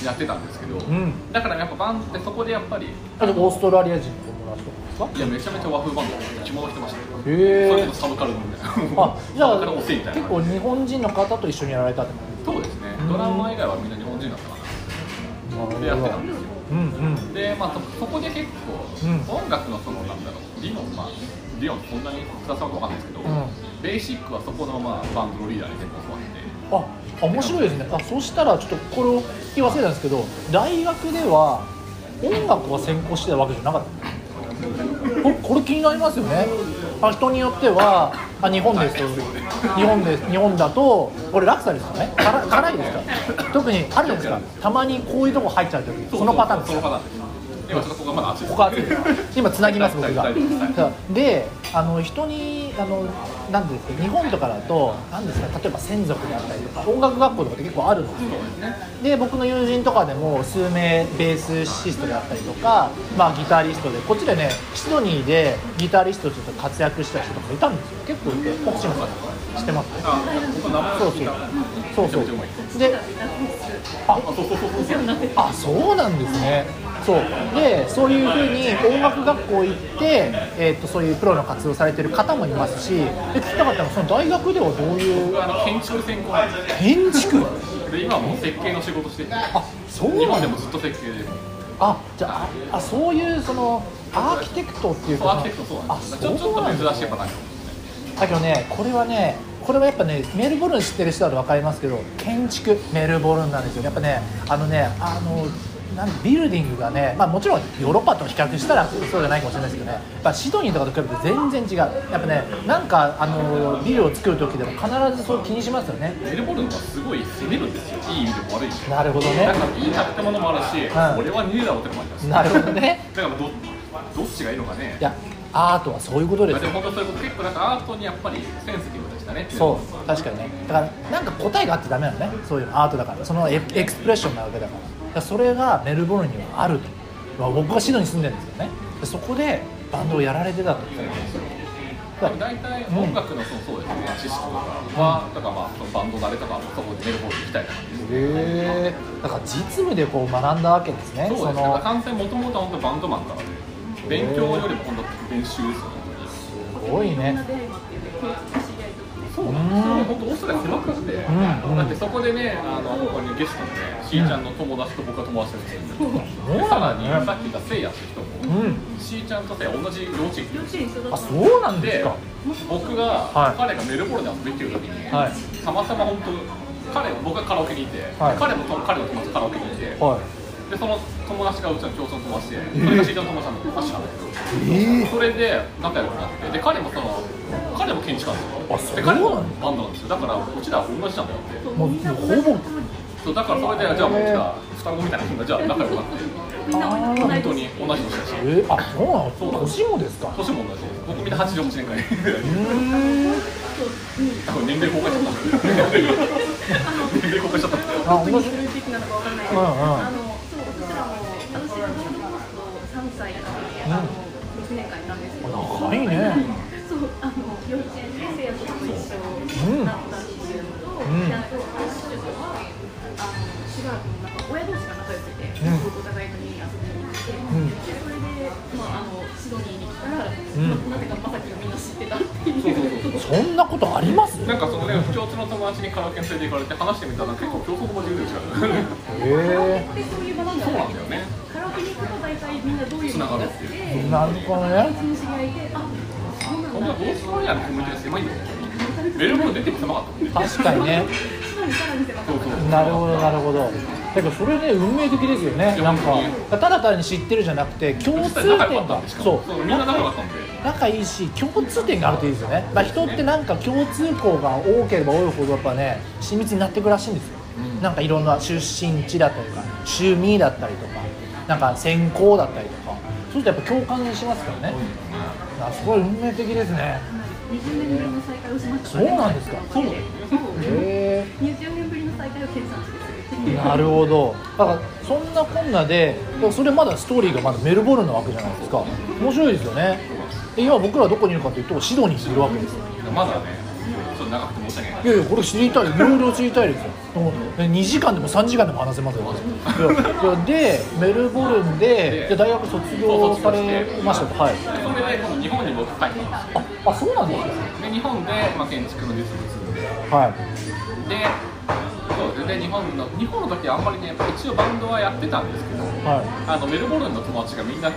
[SPEAKER 2] やってたんですけど、
[SPEAKER 1] ん
[SPEAKER 2] だからやっぱバンドってそこでやっぱりい
[SPEAKER 1] あとオーストラリア人の友達とかですか
[SPEAKER 2] やめちゃめちゃ和風バンドで着物着てましたよ
[SPEAKER 1] へ
[SPEAKER 2] それ
[SPEAKER 1] え
[SPEAKER 2] こそサブカルみたいな
[SPEAKER 1] あじゃ
[SPEAKER 2] サ
[SPEAKER 1] あ
[SPEAKER 2] ブカルおせいみたいな
[SPEAKER 1] 結構日本人の方と一緒にやられたってこ
[SPEAKER 2] そうですね
[SPEAKER 1] うん
[SPEAKER 2] ドラマ以外はみんな日本人だったか
[SPEAKER 1] と
[SPEAKER 2] な
[SPEAKER 1] な
[SPEAKER 2] で
[SPEAKER 1] る
[SPEAKER 2] やって
[SPEAKER 1] ほ
[SPEAKER 2] たん
[SPEAKER 1] ど
[SPEAKER 2] ですよ
[SPEAKER 1] うんうん
[SPEAKER 2] で、まあ、そそこで結
[SPEAKER 1] うん
[SPEAKER 2] 構、音楽のそのなんだろう理論、まあ、理論ってそんなに複雑なことわかんないですけど、
[SPEAKER 1] うん
[SPEAKER 2] ベーシックはそこの、まあ、バンドのリーダーに全部教わって
[SPEAKER 1] あ面白いですねあそしたらちょっとこれを聞き忘れたんですけど大学では音楽を専攻してたわけじゃなかったここれ気になりますよねあ人によってはあ日本ですと日本です日本だとこれ落差ですよね辛辛いですか特にあるじゃないですかたまにこういうとこ入っちゃう時そのパターンです
[SPEAKER 2] そ
[SPEAKER 1] よ
[SPEAKER 2] のパターンです今ちょっとここがまだ熱い
[SPEAKER 1] ここ熱いです今つなぎます僕が
[SPEAKER 2] 大丈夫です大丈夫
[SPEAKER 1] であの人にあのなんていうんですか日本とかだと何ですか例えば専属であったりとか音楽学校とかって結構あるんですよで僕の友人とかでも数名ベースシストであったりとか、まあ、ギタリストでこっちでねシドニーでギタリストとして活躍した人とかいたんですよ結構いて奥島さん知ってます
[SPEAKER 2] あここ名前
[SPEAKER 1] そう
[SPEAKER 2] を聞いた
[SPEAKER 1] そうそう
[SPEAKER 2] めちゃめちゃうまい
[SPEAKER 1] そうであ
[SPEAKER 2] そうそうそうそうそう
[SPEAKER 1] あそうなんですねそうでそういうふうに音楽学校行って、えー、とそういうプロの活動されてる方もいますしで聞きたかったのはその大学ではどういう
[SPEAKER 2] 僕あの建築専攻なんです
[SPEAKER 1] 建築
[SPEAKER 2] よで今はもう設計の仕事してて
[SPEAKER 1] あそう
[SPEAKER 2] 日
[SPEAKER 1] な
[SPEAKER 2] 本
[SPEAKER 1] ん
[SPEAKER 2] で
[SPEAKER 1] だ
[SPEAKER 2] もずっと設計で
[SPEAKER 1] あじゃああそういうそのアーキテクトっていう
[SPEAKER 2] そう
[SPEAKER 1] か
[SPEAKER 2] アーキテクトそうなん
[SPEAKER 1] あ
[SPEAKER 2] です
[SPEAKER 1] そ
[SPEAKER 2] よちょちょ
[SPEAKER 1] うなん
[SPEAKER 2] っと珍
[SPEAKER 1] だ
[SPEAKER 2] しいパターンかも
[SPEAKER 1] だけどねこれはねこれはやっぱねメルボルン知ってる人だと分かりますけど建築メルボルンなんですよやっぱねあのねあのなんビルディングがね、まあ、もちろんヨーロッパと比較したらそうじゃないかもしれないですけどねやっぱシドニーとかと比べて全然違うやっぱねなんかあのビルを作る時でも必ずそう気にしますよね
[SPEAKER 2] メルボルンはすごい攻めるんですよいい意味でも悪い意味でも
[SPEAKER 1] なるほどね
[SPEAKER 2] だからいい建物もあるし、
[SPEAKER 1] うん
[SPEAKER 2] 俺は逃げだろってのもあります
[SPEAKER 1] なるほどね
[SPEAKER 2] だからどどっちがいいのかね
[SPEAKER 1] いやアートはそういうことで
[SPEAKER 2] まあ
[SPEAKER 1] す
[SPEAKER 2] で
[SPEAKER 1] よ
[SPEAKER 2] も本当そういうこと結構なんかアートにやっぱりセンスティブでしたね
[SPEAKER 1] そう確かにねだからなんか答えがあってダメなのねそういうのアートだからそのエエクスプレッションなわけだからだからそれがメルボルンにはあると、まあ、僕はシドニーに住んでるんですけどねでそこでバンドをやられてたと
[SPEAKER 2] だい大体音楽のそのそうですね、知識とかはだからまあそのバンド慣れとかもそこでメルボルン行きたいなってい
[SPEAKER 1] へ
[SPEAKER 2] う
[SPEAKER 1] えだから実務でこう学んだわけですね
[SPEAKER 2] そうですねだから
[SPEAKER 1] の
[SPEAKER 2] 完全もともとは本当バンドマンからで勉強よりも本当練習ですよね
[SPEAKER 1] すごいね
[SPEAKER 2] そうなんですよ、本当、オーストラリア狭くて、
[SPEAKER 1] ん
[SPEAKER 2] だってそこでね、あのここにゲストのね、しーちゃんの友達と僕は友達なんですよ、
[SPEAKER 1] うん
[SPEAKER 2] でさらにさっき言ったせいやって人
[SPEAKER 1] う
[SPEAKER 2] も、
[SPEAKER 1] ん
[SPEAKER 2] しーちゃんとせいや、同じ幼稚園
[SPEAKER 3] 幼稚園一緒
[SPEAKER 1] あ
[SPEAKER 3] だった
[SPEAKER 1] そうなんです
[SPEAKER 2] で
[SPEAKER 1] か、
[SPEAKER 2] 僕が、
[SPEAKER 1] はい
[SPEAKER 2] 彼がメルボルンで遊びに来てるときに、
[SPEAKER 1] はい
[SPEAKER 2] たまたま本当、彼、僕がカラオケにいて、
[SPEAKER 1] はい
[SPEAKER 2] 彼もと彼の友達とカラオケにいて、
[SPEAKER 1] は
[SPEAKER 2] でその友達がうちの教室の友達で、それがしーちゃんの友達なんだけど、知らないけど。
[SPEAKER 1] いえ
[SPEAKER 2] それで仲良くなってで彼もその彼も建築家
[SPEAKER 1] あ
[SPEAKER 2] なんで
[SPEAKER 1] そ
[SPEAKER 2] す
[SPEAKER 1] う
[SPEAKER 2] よで彼もバンドなんですよだからうちらは同じなんだよって
[SPEAKER 1] もうもうほぼ
[SPEAKER 2] そうだからそれでじゃあもううちら双子みたいなもんだじゃあ仲良くなって
[SPEAKER 3] みんな同じ
[SPEAKER 2] 本当に同じ年だし
[SPEAKER 1] えあそうなの年もですか
[SPEAKER 2] 年も同じです僕みんな88年から
[SPEAKER 1] うーん
[SPEAKER 2] 多分年齢公開しちゃった年齢公開しちゃった
[SPEAKER 1] あ面
[SPEAKER 3] 本当に
[SPEAKER 1] 白い
[SPEAKER 3] ルーティンなのかわかんないけど、
[SPEAKER 1] うんうん
[SPEAKER 3] あのそう私らも私のゴールドコースト3歳から、あの6年間いたんですけど、
[SPEAKER 1] 長いね
[SPEAKER 3] そうあの幼稚園で生徒と一緒だったっていうのと、
[SPEAKER 1] ん
[SPEAKER 3] であと私たちはあのしばらくもなんか親同士が仲良くて、
[SPEAKER 1] ん
[SPEAKER 3] お互いの家に遊びに行って、
[SPEAKER 1] ん
[SPEAKER 3] でそれでまああのシドニーに来たら、
[SPEAKER 1] ん
[SPEAKER 3] なぜかまさきをみんな知ってたっていう。
[SPEAKER 2] そうそうそう
[SPEAKER 1] そんなことあります
[SPEAKER 2] なんかそのね、共通の友達にカラオケに連れて行かれて話してみたら結構共通の友達で違う
[SPEAKER 1] へえ
[SPEAKER 3] でそういう場なんだ
[SPEAKER 2] そう
[SPEAKER 3] よ
[SPEAKER 2] なん
[SPEAKER 3] ね
[SPEAKER 2] だよね
[SPEAKER 3] カラオケに行くと大体みんなどういうのが好きで、
[SPEAKER 1] ー、なるほどね
[SPEAKER 3] 私の知り合いで、あ、そうなん
[SPEAKER 2] 本当
[SPEAKER 3] だ
[SPEAKER 2] はオ
[SPEAKER 3] って。
[SPEAKER 2] ーストラリアのコミュニティが狭いんだよねメルボルン出ても狭かったもんね
[SPEAKER 1] 確かにね
[SPEAKER 3] そうさらに狭か
[SPEAKER 2] そ
[SPEAKER 3] っ
[SPEAKER 2] う
[SPEAKER 3] た。
[SPEAKER 2] そう
[SPEAKER 1] なるほどなるほどだけどそれね運命的ですよねなんかただ単に知ってるじゃなくて共通
[SPEAKER 2] 仲良か
[SPEAKER 1] 点
[SPEAKER 2] ったん
[SPEAKER 1] が
[SPEAKER 2] でしか
[SPEAKER 1] そ
[SPEAKER 2] も
[SPEAKER 1] う
[SPEAKER 2] そうみんな仲良かったんで
[SPEAKER 1] 仲いいし共通点があるといいですよね、まあ、人ってなんか共通項が多ければ多いほどやっぱね親密になっていくらしいんですよ
[SPEAKER 2] うん
[SPEAKER 1] なんかいろんな出身地だったりとか趣味だったりとかなんか専攻だったりとかそうするとやっぱ共感しますからね、あすごい運命的ですね
[SPEAKER 3] 20年ぶりの再会をしました
[SPEAKER 1] そうなんですか
[SPEAKER 3] そう
[SPEAKER 1] へ
[SPEAKER 3] 20年ぶりの再会を計算して
[SPEAKER 1] えなるほどだからそんなこんなでそれまだストーリーがまだメルボルンなわけじゃないですか面白いですよねえ今僕らどこにいるかというとシドニーにいるわけですよ
[SPEAKER 2] まだね、ちょっと長くて申し訳ない
[SPEAKER 1] いやいやこれ知りたいいろいろ知りたいですよ2時間でも3時間でも話せますよいやいやでメルボルンでで大学卒業されましたとはい
[SPEAKER 2] それで今度日本に僕帰ってきたんで
[SPEAKER 1] ああそうなんです
[SPEAKER 2] よで日本で、まあ、建築の技術に住んです
[SPEAKER 1] かはい
[SPEAKER 2] でそうでで日本の日本の時はあんまりねやっぱ一応バンドはやってたんですけど
[SPEAKER 1] は
[SPEAKER 2] あのメルボルンの友達がみんな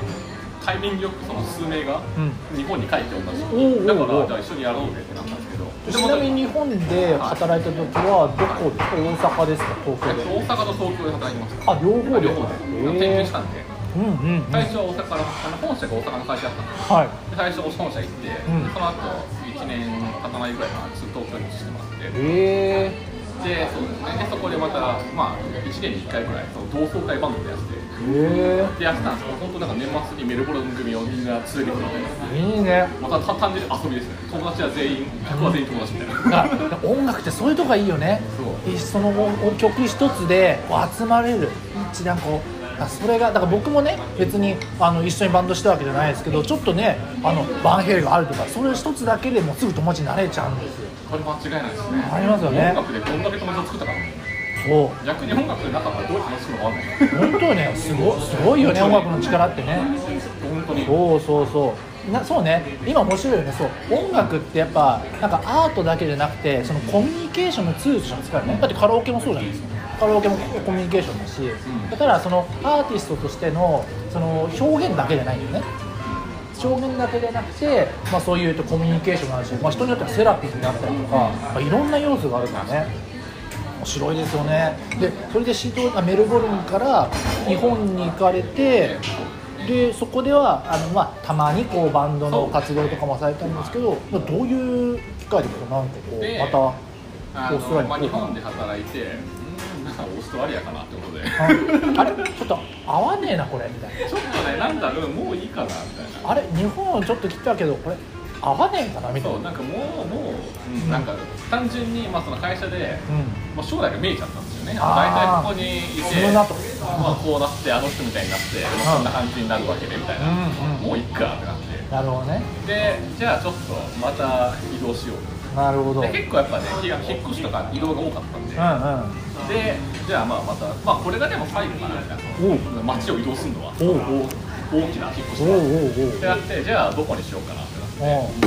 [SPEAKER 2] タイミングよくその数名が
[SPEAKER 1] うん
[SPEAKER 2] 日本に帰っておったんですよ、
[SPEAKER 1] おうおうおう
[SPEAKER 2] だからじゃあ一緒にやろうぜってなったんですけど
[SPEAKER 1] いちなみに日本で働いた時はどこですか大阪ですか
[SPEAKER 2] えっ
[SPEAKER 1] 東京
[SPEAKER 2] と
[SPEAKER 1] で
[SPEAKER 2] 大阪と東京で働いてました
[SPEAKER 1] あ両方で
[SPEAKER 2] 両方で
[SPEAKER 1] へえ
[SPEAKER 2] 転勤したんで
[SPEAKER 1] うんうんうん
[SPEAKER 2] 最初は大阪のあの本社が大阪の会社だっ
[SPEAKER 1] はい
[SPEAKER 2] たんですで最初本社行っ
[SPEAKER 1] ん
[SPEAKER 2] て、でその後1年経たないぐらいかなずっと東京に移してもらって
[SPEAKER 1] へえ
[SPEAKER 2] でそうですねでそこでまた、まあ、1年に1回ぐらいその同窓会バンドでやって
[SPEAKER 1] へ
[SPEAKER 2] でやってたんですけど本当なんか年末にメルボルン組をみんな連れてくるみたいな
[SPEAKER 1] えいいね
[SPEAKER 2] また単純に遊びですね友達は全員100は全員友達みたい
[SPEAKER 1] あ
[SPEAKER 2] な、
[SPEAKER 1] 音楽ってそういうとこがいいよね
[SPEAKER 2] そ
[SPEAKER 1] そのお曲一つでこう集まれる一段こうあそれがだから僕もね別にあの一緒にバンドしたわけじゃないですけどちょっとねあのバンヘイルがあるとかそれ一つだけでもうすぐ友達になれちゃうんですよ
[SPEAKER 2] これ間違いないですね
[SPEAKER 1] ありますよね
[SPEAKER 2] 音楽でこんだけ友達を作ったからね
[SPEAKER 1] そう
[SPEAKER 2] 逆に音楽でなかったらどういう楽しくのかわかんない
[SPEAKER 1] 本当ねすごすごいよね音楽の力ってね
[SPEAKER 2] 本当に
[SPEAKER 1] そうそうそうなそうね今面白いよねそう音楽ってやっぱなんかアートだけじゃなくてそのコミュニケーションのツールとしても使えるねだってカラオケもそうじゃないですかカラオケもコミュニケーションだし、
[SPEAKER 2] ん
[SPEAKER 1] だからそのアーティストとしてのその表現だけじゃないんだよね表現だけでなくて、まあ、そういうとコミュニケーションもあるし、まあ、人によってはセラピーになったりとか、まあ、いろんな要素があるからね面白いですよねでそれでシドあメルボルンから日本に行かれてでそこではあの、まあ、たまにこうバンドの活動とかもされたんですけど、まあどういう機会でこうなんかこ
[SPEAKER 2] で
[SPEAKER 1] うま
[SPEAKER 2] あ
[SPEAKER 1] たオーストラ
[SPEAKER 2] の、
[SPEAKER 1] リ
[SPEAKER 2] ま
[SPEAKER 1] ア
[SPEAKER 2] あ、
[SPEAKER 1] に
[SPEAKER 2] 日
[SPEAKER 1] 行こ
[SPEAKER 2] 本で働いてうんなんかオーストラリアかなってことで
[SPEAKER 1] うかなああれちょっと合わねえなこれみたい
[SPEAKER 2] ちょっとねなんだろうもういいかなみたいな
[SPEAKER 1] なあれ日本ちょっと来たけどこれ合わねえかなみたい
[SPEAKER 2] そ
[SPEAKER 1] な
[SPEAKER 2] うなんかもうもう、うんなんか単純に、まあ、その会社で
[SPEAKER 1] うん
[SPEAKER 2] もう将来が見えちゃったんですよね
[SPEAKER 1] あー
[SPEAKER 2] 大体ここにい
[SPEAKER 1] そう
[SPEAKER 2] て
[SPEAKER 1] だと
[SPEAKER 2] まあ、こうなってあの人みたいになってこんな感じになるわけでみたいな、
[SPEAKER 1] うんうん
[SPEAKER 2] もういっかってなって
[SPEAKER 1] なるほどね
[SPEAKER 2] でじゃあちょっとまた移動しよう
[SPEAKER 1] なるほどうん
[SPEAKER 2] で
[SPEAKER 1] うん
[SPEAKER 2] 結構やっぱね引っ越しとか移動が多かったんで、でじゃあまあまた、まあ、これがでも最後かなみたいな街を移動するのは
[SPEAKER 1] おう
[SPEAKER 2] 大大きな引っ越
[SPEAKER 1] おう
[SPEAKER 2] し
[SPEAKER 1] おう
[SPEAKER 2] だ
[SPEAKER 1] おう
[SPEAKER 2] ってなってじゃあどこにしようかなってなって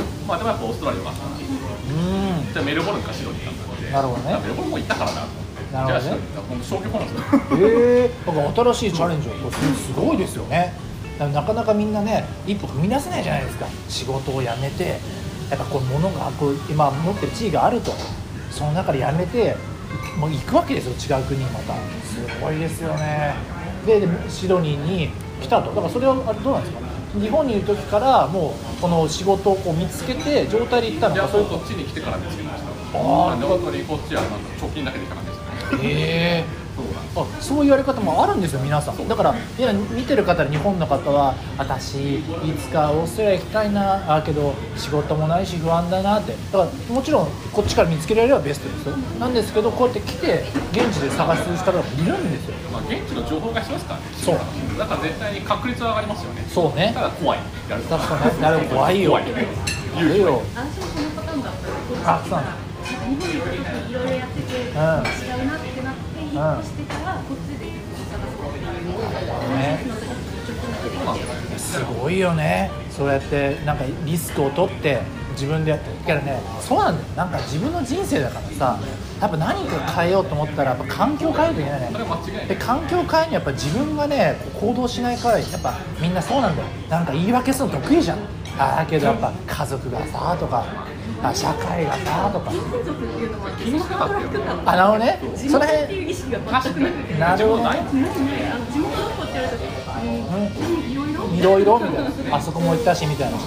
[SPEAKER 1] おう
[SPEAKER 2] まあでもやっぱオーストラリアがあったんで
[SPEAKER 1] うん
[SPEAKER 2] じゃあメルボルンかシドニーかってって
[SPEAKER 1] なるほどね
[SPEAKER 2] メルボルンも行ったからなと思って
[SPEAKER 1] なるほどね
[SPEAKER 2] じゃあシドニーだほんと消去法なんですよ
[SPEAKER 1] へえなんか新しいチャレンジをこうすごいですよねだからなかなかみんなね一歩踏み出せないじゃないですか仕事を辞めてやっぱこう物がこう今持ってる地位があるとその中で辞めてもう行くわけですよ違う国にまたすごいですよねででシドニーに来たとだからそれはあれどうなんですか日本にいる時からもうこの仕事をこう見つけて状態で行ったの
[SPEAKER 2] じゃ
[SPEAKER 1] か
[SPEAKER 2] あ
[SPEAKER 1] それ
[SPEAKER 2] そう
[SPEAKER 1] と
[SPEAKER 2] こっちに来てから見つけました
[SPEAKER 1] あー
[SPEAKER 2] なんで本当にこっちはなんか貯金だけできた感じですね
[SPEAKER 1] へえ
[SPEAKER 2] そうなん
[SPEAKER 1] あ
[SPEAKER 2] です
[SPEAKER 1] そういうやり方もあるんですよ皆さんだからいや見てる方で日本の方は私いつかオーストラリア行きたいなあーけど仕事もないし不安だなってだからもちろんこっちから見つけられればベストですよなんですけどこうやって来て現地で探す方がいるんですよ
[SPEAKER 2] まあ現地の情報がしますからね
[SPEAKER 1] そう
[SPEAKER 2] だから絶対に確率は上がりますよね
[SPEAKER 1] そうね
[SPEAKER 2] ただ怖いやるの
[SPEAKER 1] 確かになるほど怖いよ
[SPEAKER 2] 怖い
[SPEAKER 1] いるよ
[SPEAKER 3] 私もそのパターンだったんです
[SPEAKER 1] あそうなんだ
[SPEAKER 3] 日本に行っていろいろやってて、違うなってなって引っ越してからこっちで探すことになるの
[SPEAKER 1] ね
[SPEAKER 2] そうなんですよね
[SPEAKER 1] すごいよねそうやってなんかリスクを取って自分でやってるけどねそうなんだよなんか自分の人生だからさやっぱ何か変えようと思ったらやっぱ環境変えるといけないね
[SPEAKER 2] それは間違いない
[SPEAKER 1] で環境変えるにやっぱ自分がねこう行動しないからやっぱみんなそうなんだよなんか言い訳するの得意じゃんああけどやっぱ家族がさとかあ社会がさとか
[SPEAKER 3] 金属っていうのは
[SPEAKER 2] 気にしなかったよ
[SPEAKER 3] 地元の人
[SPEAKER 1] あな
[SPEAKER 3] が
[SPEAKER 1] るほどね
[SPEAKER 3] 地
[SPEAKER 1] その
[SPEAKER 3] 元って
[SPEAKER 1] 辺
[SPEAKER 3] いう意識が
[SPEAKER 2] 確
[SPEAKER 3] 全
[SPEAKER 2] か
[SPEAKER 3] く
[SPEAKER 2] に
[SPEAKER 3] なく
[SPEAKER 1] なる
[SPEAKER 3] て。
[SPEAKER 1] ほど
[SPEAKER 2] な
[SPEAKER 1] ね
[SPEAKER 2] い
[SPEAKER 3] なんであの地元の子って言われたら、うん、いろいろ
[SPEAKER 1] いろいろみたいなあそこも行ったしみたいな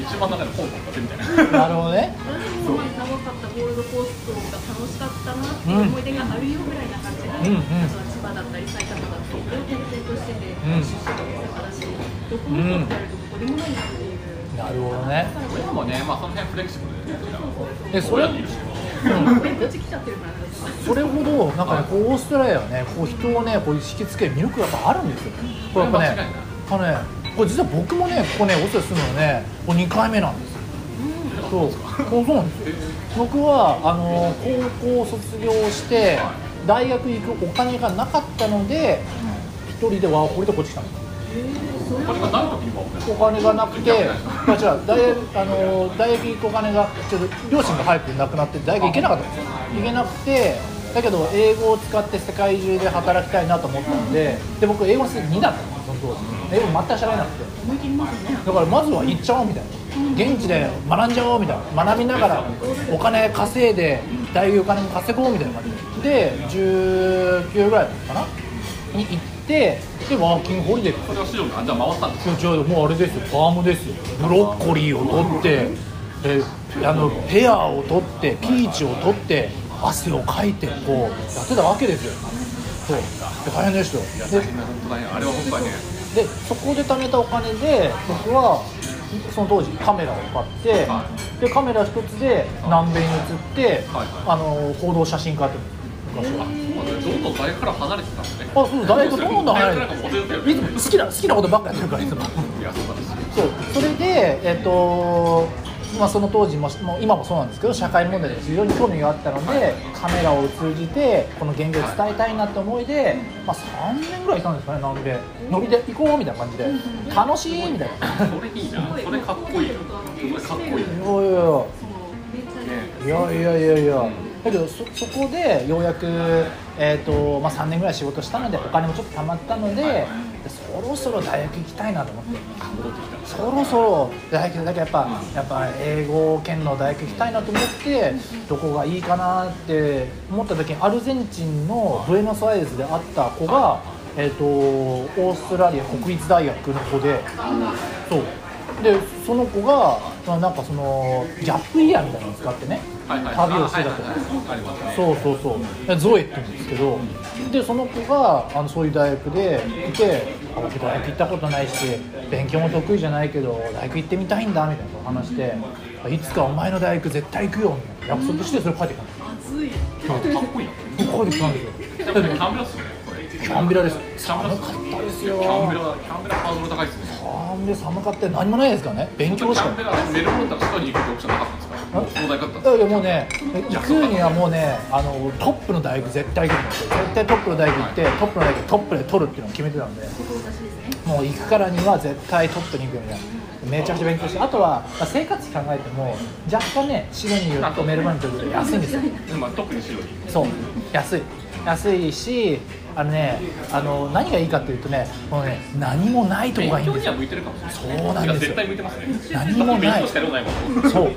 [SPEAKER 2] 一一番中で本買ってみたいな
[SPEAKER 1] なるほどね
[SPEAKER 3] 私も前楽しかったゴールドコーストが楽しかったなっていう思い出があるよぐらいな感じで、
[SPEAKER 1] んうん
[SPEAKER 3] あとは千葉だったり埼玉だったりを転々としてて、
[SPEAKER 1] ん
[SPEAKER 3] 出身地も探しどこも行ってるとどこでもないなっていう。
[SPEAKER 1] なるほどね
[SPEAKER 2] 親もね、まあ、その辺フレキシブルでね、
[SPEAKER 1] えそれ
[SPEAKER 2] 親にいるし
[SPEAKER 3] めっちゃ来ちゃってるからなんです
[SPEAKER 1] それほどなんかねこうオーストラリアはねこう人をねこう引きつける魅力がやっぱあるんですよこれやっぱね
[SPEAKER 2] 間違いない
[SPEAKER 1] あのねこれ実は僕もねここねオーストラリア住むのねこれ2回目なんですよそうそうそうなんですよ僕はあの高校を卒業して大学に行くお金がなかったので一人でワーホリでこっち来たんです
[SPEAKER 2] これがない時にはね
[SPEAKER 1] お金がなくて、まあ、違う大学あの大学行くお金がちょっと両親が早く亡くなって大学行けなかったんですよ行けなくてだけど英語を使って世界中で働きたいなと思ったのでで僕英語の数2だったのその当時英語全く喋れなくて
[SPEAKER 3] 思い切りますね。
[SPEAKER 1] だからまずは行っちゃおうみたいな現地で学んじゃおうみたいな学びながらお金稼いで大学お金も稼ごうみたいな感じでで19ぐらいだったかなに行ってでワーキングホリデー
[SPEAKER 2] それを資料が、あじゃあ回ったんです
[SPEAKER 1] いや違うもうあれですよファームですよブロッコリーを取ってえあのペアを取ってピーチを取って汗をかいてこうやってたわけですよそうで大変でしたよ
[SPEAKER 2] 大変な本当だね、あれは本当にね、
[SPEAKER 1] ででそこで貯めたお金で僕はその当時カメラを買って
[SPEAKER 2] は
[SPEAKER 1] でカメラ一つで南米に移って
[SPEAKER 2] はい
[SPEAKER 1] あの報道写真家って昔は。
[SPEAKER 2] まあねどんどん大学から離れてたんですね
[SPEAKER 1] あ、そう大学どんどん入
[SPEAKER 2] 大学なんかモデルだよ
[SPEAKER 1] る
[SPEAKER 2] ね
[SPEAKER 1] いつも好きな好きなことばっかやってるからいつも
[SPEAKER 2] いや、そうなんです
[SPEAKER 1] そ
[SPEAKER 2] よ
[SPEAKER 1] うそれで、えっとまあ、その当時ももう今もそうなんですけど社会問題に非常に興味があったのでカメラを通じてこの現状を伝えたいなって思いで、まあ、3年ぐらいいたんですかね南米ノリで行こうみたいな感じで楽しいみたいな。
[SPEAKER 2] それいいな、それかっこいいそれかっこいい
[SPEAKER 1] いやいやいや
[SPEAKER 3] めっちゃ
[SPEAKER 2] ね
[SPEAKER 1] いやいやいやいや、だけどそそこでようやく、えーとまあ、3年ぐらい仕事したのでお金もちょっと貯まったので,、でそろそろ大学行きたいなと思ってそろそろ大学だけどやっぱ、やっぱ英語圏の大学行きたいなと思ってどこがいいかなって思った時にアルゼンチンのブエノスアイレスで会った子が、えー、とオーストラリア国立大学の子で。そうでその子がまあなんかそのギャップイヤーみたいなのを使ってね、
[SPEAKER 2] はいはい
[SPEAKER 1] 旅をしてたと、
[SPEAKER 2] はいはいはいわかりますね
[SPEAKER 1] そうそうそうゾエって言うんですけどでその子があのそういう大学でいてあ僕大学行ったことないし勉強も得意じゃないけど大学行ってみたいんだみたいなことを話してあいつかお前の大学絶対行くよみたいな約束してそれ帰ってきたんで
[SPEAKER 3] 熱い。
[SPEAKER 2] かっこいいな
[SPEAKER 1] すよ帰ってきたんですよ
[SPEAKER 2] ちなみにキャンベラっすよねこれ
[SPEAKER 1] キャンベラです
[SPEAKER 2] キャンベラっ
[SPEAKER 1] 寒
[SPEAKER 2] す
[SPEAKER 1] かったです
[SPEAKER 2] キ
[SPEAKER 1] よ
[SPEAKER 2] ャンベラ、キャンベラハードル高いですね
[SPEAKER 1] あんで寒かった何もないですからね勉
[SPEAKER 2] キ
[SPEAKER 1] 強しか
[SPEAKER 2] ャンベラ、メルボルンとか外に行くってオプションなかったんですかもう東大だったん
[SPEAKER 1] いや
[SPEAKER 2] で
[SPEAKER 1] いやもうね行くにはもうねあのトップの大学絶対行くんですよ絶対トップの大学行ってトップの大学トップで取るっていうのを決めてたんで
[SPEAKER 3] ここ私ですね。
[SPEAKER 1] もう行くからには絶対トップに行くみたいなめちゃくちゃ勉強してあとはまあ生活費考えても若干ねシドニーとメルバンというと安いんですよ
[SPEAKER 2] すかまあ特にシドニー
[SPEAKER 1] そう安い安いしあのねあの何がいいかというとねもうね何もないとこがい
[SPEAKER 2] 勉
[SPEAKER 1] いんです
[SPEAKER 2] 強には
[SPEAKER 1] よ
[SPEAKER 2] 向いてるかもしれない
[SPEAKER 1] そうなんですよ
[SPEAKER 2] 絶対向いてますね
[SPEAKER 1] 何もない
[SPEAKER 2] 勉強したようないもん
[SPEAKER 1] そう